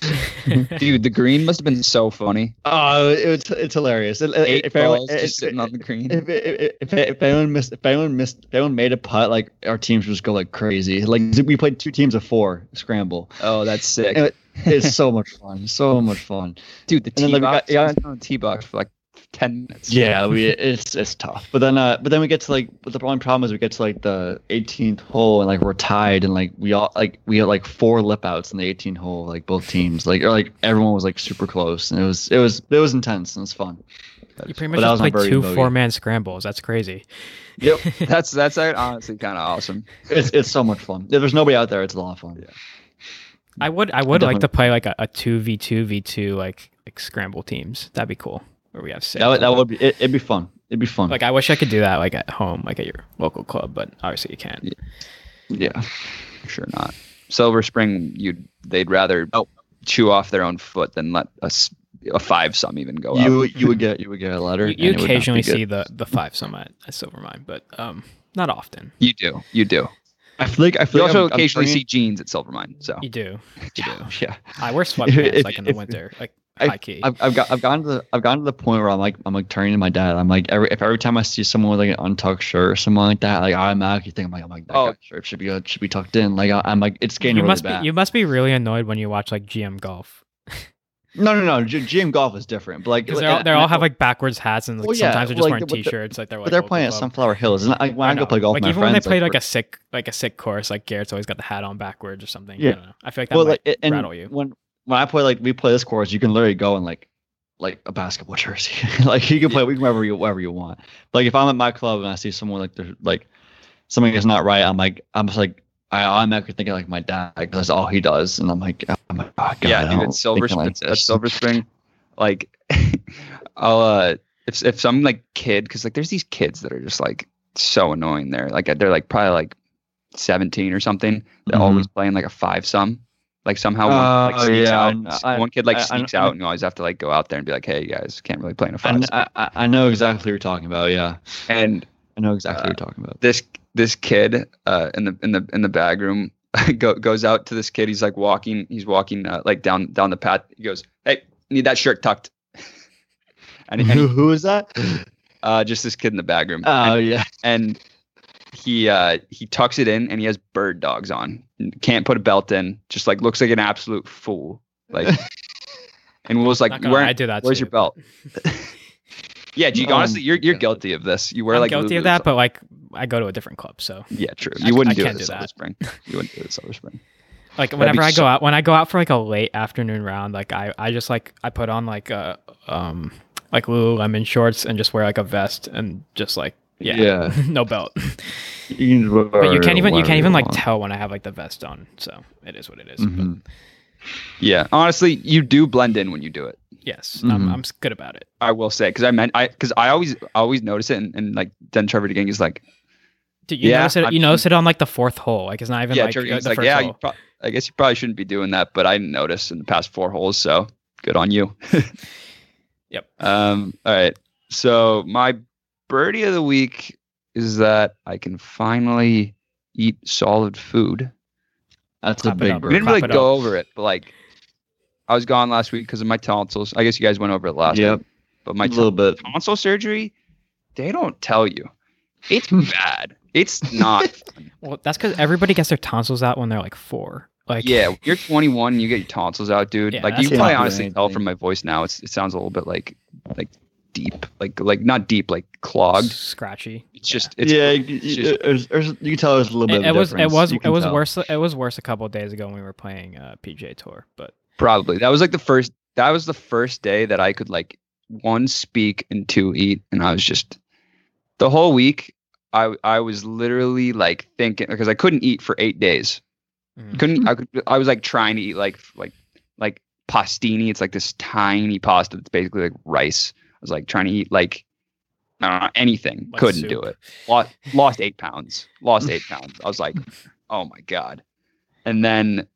dude, the green must have been so funny. oh it was it's hilarious It- it- Eight if anyone- balls it- just sitting on the green. if, if, if, if anyone missed if anyone missed if anyone made a putt like our teams just go like crazy like we played two teams of four scramble oh, that's sick, Anyway, it's so much fun so much fun dude. The and then tee like we box, got- yeah. I was on the tee box for like ten minutes. [LAUGHS] yeah we it's it's tough but then uh but then we get to like but the only problem is we get to like the 18th hole and like we're tied and like we all like we had like four lip outs in the 18th hole like both teams like or like everyone was like super close and it was it was it was intense and it was fun You pretty But much that just was my played birdie two bogey. four man scrambles. That's crazy. [LAUGHS] yep that's that's uh, honestly kind of awesome. it's it's so much fun if there's nobody out there it's a lot of fun I would I would like to play like a, a two v two v two like like scramble teams. That'd be cool. Where we have six. that would that would be it, it'd be fun it'd be fun like I wish I could do that like at home, like at your local club, but obviously you can't. yeah Sure not. Silver Spring, you'd they'd rather Oh. chew off their own foot than let us a five some even go you up. you would get you would get a letter. You, and you it would not be occasionally good. see the the five some at, at Silvermine, but um not often. [LAUGHS] You do, you do. I feel like I feel You like also I'm- I'm occasionally bringing- see jeans at Silvermine. So You do. You do. [LAUGHS] Yeah, I wear sweatpants Oh. [LAUGHS] If- like in the if- winter, like I- high key. I've, I've got I've gotten to the, I've gotten to the point where I'm like I'm like turning to my dad. I'm like every if every time I see someone with like an untucked shirt or something like that, like I automatically think I'm like I'm like that Oh. guy's shirt should be uh, should be tucked in. Like I, I'm like it's you getting really must bad. be you must be really annoyed when you watch like GM golf No no no, G- GM golf is different. But like because they like, all, they and- all have like backwards hats and like, Well, yeah, sometimes they're just well, like, wearing the- with the- t-shirts like they're like but they're local playing at club. Sunflower Hills. And I, when I, know. go play golf, like with my even friends when they play like, we're- a sick like a sick course, like Garrett's always got the hat on backwards or something. Yeah. I don't know. I feel like that well, might like it- and rattle you. when when I play like we play this course, you can literally go and like like a basketball [LAUGHS] jersey, like you can play wherever you wherever you want. Like if I'm at my club and I see someone like there's like something is not right, I'm like I'm just like I automatically think of like my dad because that's all he does, and I'm like I'm like oh, God, yeah, I dude, don't at Silver think I Spring, like at this. Silver Spring, like [LAUGHS] I'll uh, if if some like kid, because like there's these kids that are just like so annoying there. Like they're like probably like seventeen or something. They're Mhm. always playing like a five some. Like somehow one, Oh, like, sneaks yeah, I out. kn- s- I- one kid like I- I sneaks kn- out, and you always have to like go out there and be like, "Hey, you guys, can't really play in a I, five. kn- I- I- I know exactly what you're talking about. Yeah, And I know exactly what you're Uh, talking [LAUGHS] about. this this kid uh, in the in the in the bag room [LAUGHS] go, goes out to this kid. He's like walking. He's walking uh, like down down the path. He goes, "Hey, need that shirt tucked." [LAUGHS] and, and [LAUGHS] who, who is [LAUGHS] that? uh, just this kid in the bag room. Oh yeah, and he uh he tucks it in and he has bird dogs on can't put a belt in just like looks like an absolute fool like and was like Not you gonna, I wearing, do that. where's too. your belt [LAUGHS] yeah G, Oh honestly you're you're God. guilty of this you wear I'm like guilty Lulu's- of that, but like I go to a different club, so yeah true I- you wouldn't I do it can't this do summer that. spring you wouldn't do it this summer spring like That'd be whenever I so- go out when I go out for like a late afternoon round, like I I just like I put on like a um like Lululemon shorts and just wear like a vest and just like yeah, yeah. [LAUGHS] no belt. You can wear But you can't even you whatever can't even like want. tell when I have like the vest on. So it is what it is, But Mhm. yeah honestly you do blend in when you do it yes, I'm Mhm. I'm s- good about it. i will say because i meant i because i always always notice it and, and like then trevor DeGang is like Dude, you Yeah, notice it? I'm- you notice it on like the fourth hole. Like it's not even yeah, like Trevor uh, Young's the like, first yeah, you hole. pro- I guess you probably shouldn't be doing that, but I didn't notice in the past four holes, so good on you. [LAUGHS] Yep. Um, all right. So my birdie of the week is that I can finally eat solid food. That's a Clap it big up. We didn't bird. Clap really it go over it, but like I was gone last week because of my tonsils. I guess you guys went over it last Yep, week, but a my little bit. tonsil surgery, they don't tell you. It's [LAUGHS] bad. It's not Well, that's because everybody gets their tonsils out when they're like four. Like yeah, when you're 21. and You get your tonsils out, dude. Yeah, like that's you can not probably good. honestly tell from my voice now. It's, it sounds a little bit like like deep, like like not deep, like clogged. scratchy. It's Yeah. just it's yeah, it's you, just- you- there's- there's- you can tell there's a little bit. It, of it a was it difference. was You it can was tell. worse it was worse a couple of days ago when we were playing uh, PJ Tour, but [LAUGHS] probably that was like the first that was the first day that I could like one speak and two eat, and I was just the whole week. I I was literally like thinking because I couldn't eat for eight days. mm, couldn't I could I was like trying to eat like like like pastini. It's like this tiny pasta that's basically like rice. I was like trying to eat like I don't know anything. like couldn't soup. do it. Lost lost eight pounds. [LAUGHS] Lost eight pounds. I was like, oh my god. And then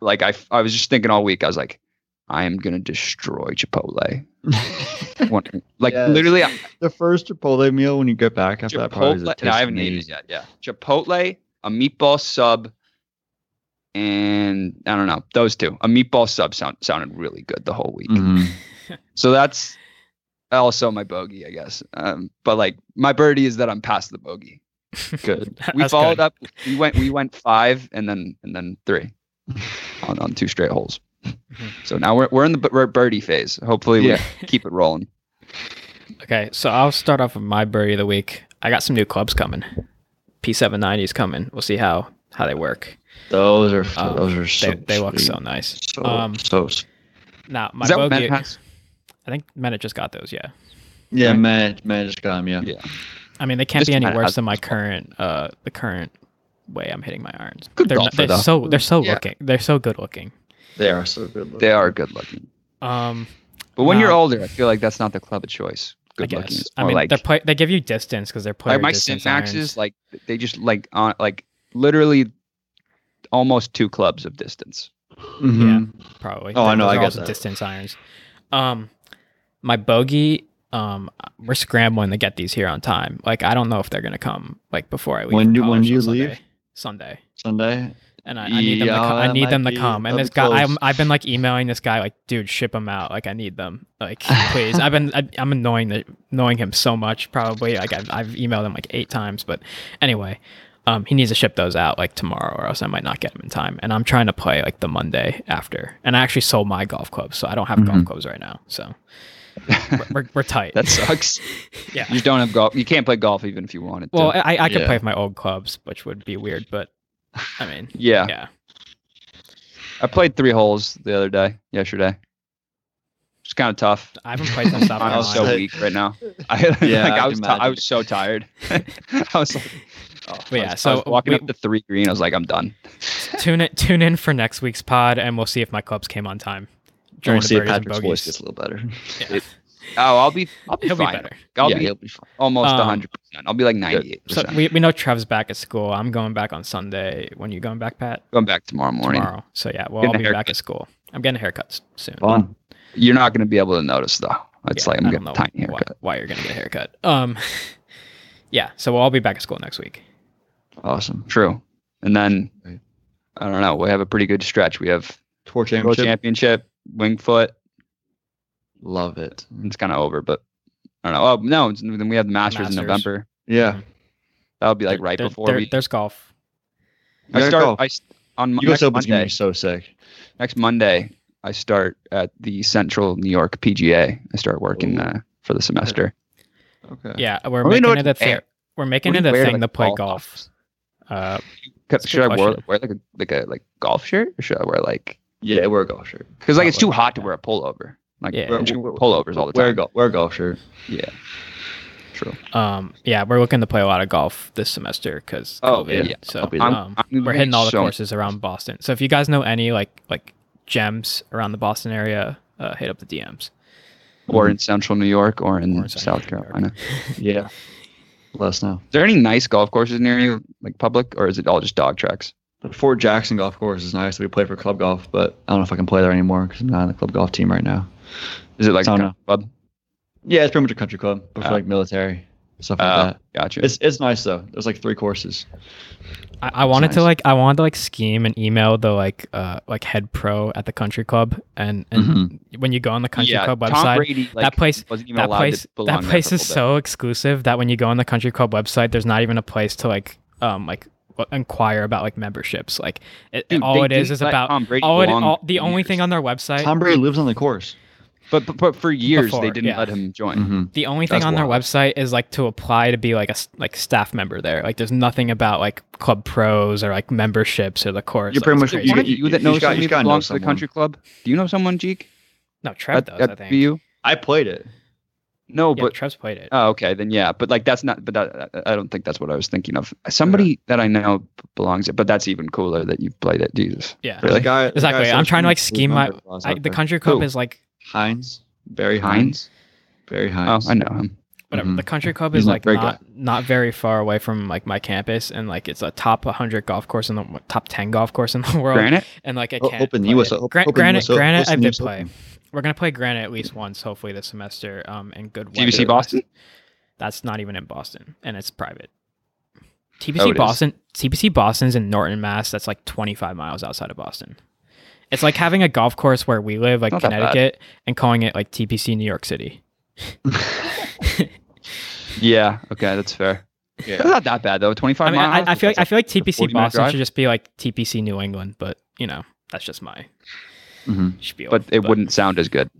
like I I was just thinking all week. I was like, I am gonna destroy Chipotle. [LAUGHS] One- like Yes. literally I- the first Chipotle meal when you get back after that probably is a Chipotle. and I haven't eaten it yet. Yeah, Chipotle, a meatball sub, and I don't know those two. A meatball sub sound, sounded really good the whole week. hmm So that's also my bogey, I guess. Um, but like my birdie is that I'm past the bogey. [LAUGHS] Good. We That's followed good. up. We went. We went five, and then and then three, on, on two straight holes. So now we're we're in the b- we're birdie phase. Hopefully, Yeah. we keep it rolling. Okay, so I'll start off with my birdie of the week. I got some new clubs coming. P790 is coming. We'll see how how they work. [LAUGHS] Those are Oh, Um, those are so They, they look sweet. so nice. so um, so. s- Now my is that what Matt bogey. has? I think Menet just got those. Yeah. Yeah, right? man, man just got him. Yeah. Yeah. I mean, they can't Just be any Manet worse has than my current uh the current way I'm hitting my irons. Good they're golfer, they're though. so they're so Yeah. looking. They're so good looking. they are so good. They are good looking. Um, But when you're No. older, I feel like that's not the club of choice. I Good looking. guess. It's I more mean, like, they're play, they give you distance because they're player like my distance irons. syntaxes, like they just like on like literally almost two clubs of distance. Mhm. probably. Oh, I know, Those I are get also that. Distance irons. Um, my bogey. Um, we're scrambling to get these here on time. Like, I don't know if they're gonna come like before I leave. When for do- when college do on you leave? Sunday. Sunday, Sunday. and I, I need them. To Yeah, come. I that need them might to be- come. And that'd this be guy, I'm, close. I've been like emailing this guy, like, dude, ship them out. Like, I need them. Like, please. I've been, I, I'm annoying the, annoying him so much. Probably, like, I've, I've emailed him like eight times. But anyway, um, he needs to ship those out like tomorrow, or else I might not get them in time. And I'm trying to play like the Monday after. And I actually sold my golf clubs, so I don't have golf Mhm. clubs right now. So we're, we're, [LAUGHS] we're tight. [LAUGHS] That sucks. yeah. you don't have golf. You can't play golf even if you wanted to. Well, I, I could Yeah. play with my old clubs, which would be weird, but I mean, yeah. yeah. I played three holes the other day, yesterday. It's kind of tough. I haven't played [LAUGHS] since I I'm was so online. like- weak right [LAUGHS] now. I, [LAUGHS] like, Yeah, I I, can was ti- I imagine. was so tired. [LAUGHS] I was like, oh, I yeah, was- I was so walking we- up the three green, I was like, I'm done. tune in, tune in for next week's pod, and we'll see if my clubs came on time. Trying During to the see if birdies and Patrick's voice bogeys. gets a little better. Yeah. Oh, I'll be I'll be He'll be fine. better. I'll Yeah, be he'll almost Um, 100. percent I'll be like 98. So percent we, we know Trev's back at school. I'm going back on Sunday. When you going back, Pat? Going back tomorrow morning. Tomorrow. So yeah, we'll Getting all a be back haircut. at school. I'm getting a haircut s- soon. Fun. You're not going to be able to notice though. It's Yeah, like I'm I getting don't know a tiny why, haircut. why you're gonna get a haircut. Um, [LAUGHS] yeah. So we'll all be back at school next week. Awesome. True. And then Right. I don't know. We have a pretty good stretch. We have Tour World championship. Championship, Wingfoot. Love it. It's kind of over, but I don't know. Oh no! it's- Then we have the Masters, in Masters. November. Yeah. Mm-hmm. That would be like There- right there- before there- we. There's golf. I Yeah, start. go. I s- on Mo- U.S. next Open's gonna Monday. be so sick. Next Monday, I start at the Central New York PGA. I start working Ooh. uh, for the semester. Okay. Yeah, Let we're me know making what it to a thing. wear. We're making What it do a you wear to, thing like, to play golf? golf. Uh, Cut- That's a Should good I wear, question. wear like a like a like golf shirt or should I wear like Yeah, wear a golf shirt. because like it's too Probably. hot to wear a pullover. Like Yeah. wear- wear pullovers all the Wear a time. golf. Wear a golf shirt. Yeah, true. um, yeah, we're looking to play a lot of golf this semester because Oh, COVID. yeah. So I'll be there. I'm- um, I'm gonna we're be hitting all the so- courses around Boston. So if you guys know any like like gems around the Boston area, uh, hit up the DMs. Or in Central New York or in Or in Central South New York. Carolina. Yeah. Let us know. Is there any nice golf courses near you, like public, or is it all just dog tracks? The Fort Jackson golf course is nice. We play for club golf, but I don't know if I can play there anymore because I'm not on the club golf team right now. Is it like Oh, a no. country club? Yeah, it's pretty much a country club, but for Oh. like military stuff like Oh. that. Gotcha. It's it's nice though. There's like three courses. I, I wanted to nice. like I wanted to like scheme and email the like uh like head pro at the country club and and Mm-hmm. when you go on the country yeah, club Tom website. Brady, like, place- wasn't even that allowed place to belong that there place for a is little bit. so exclusive that when you go on the country club website there's not even a place to like um like w- inquire about like memberships like it, Dude, all they it is didn't is let about Tom Brady all, it, belong Oh, all for the only years. thing on their website Tom Brady lives on the course. But, but but for years they Before, didn't yeah. let him join. Mm-hmm. the only thing That's on their wild. website is like to apply to be like a s- like staff member there like there's nothing about like club pros or like memberships or the course You're Like, pretty it's much- crazy. You, You- you, you- that you know just got- somebody you that just gotta know belongs to the someone. country club? Do you know someone, Jeek? no trev does i at think BU? I played it. No, yeah, but trev's played it Oh, okay, then yeah, but like that's not. But that, I I don't think that's what I was thinking of. Somebody that I know belongs it, but that's even cooler that you played it. Jesus, yeah There's a guy, there's a Exactly. guy I'm trying to, like, who's scheme my- number was I, out the there. country club Who? is like Hines, Barry Hines? Hines, Barry oh, Hines. I know him. whatever. Mhm. The country club He's is not like very not, not very far away from like my campus, and like it's a top 100 golf course in the top 10 golf course in the [LAUGHS] world. Granite, And like I O- can't open play US it. Open- Gran- open granite, US Open- granite. I Open did US play. Open. We're gonna play granite at least once, hopefully this semester. Um, in good weather. GBC Boston. That's not even in Boston, and it's private. Oh, it TBC is. Boston. TBC Boston's in Norton, Mass. That's like 25 miles outside of Boston. It's like having a golf course where we live, like Not that bad. Connecticut, and calling it like TPC New York City. Yeah, okay, that's fair. It's [LAUGHS] Yeah. not that bad though. Twenty five I mean, miles. I, I feel like I feel like TPC 40 minute Boston drive. should just be like TPC New England, but you know that's just my Mm-hmm. Mhm. spiel. but it wouldn't sound as good.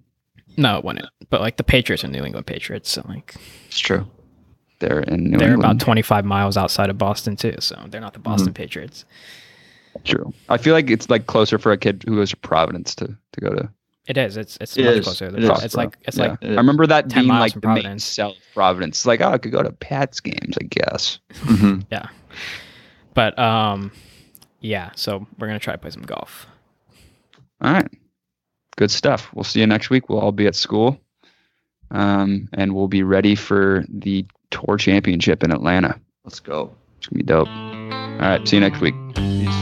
No, it wouldn't. But like the Patriots are New England Patriots, so like It's true. There in New they're about England. twenty five miles outside of Boston too, so they're not the Boston Patriots. True. I feel like it's like closer for a kid who goes to Providence to to go to. It is. It's it's It much is. closer. It It's, is, it's bro. like it's yeah. like I remember that 10 being miles like from the main Providence. sell of Providence. Like, oh, I could go to Pat's games, I guess. Mm-hmm. Mhm. but um yeah. So we're gonna try to play some golf. All right. Good stuff. We'll see you next week. We'll all be at school. Um, and we'll be ready for the tour championship in Atlanta. Let's go. It's going to be dope. All right. See you next week. Peace.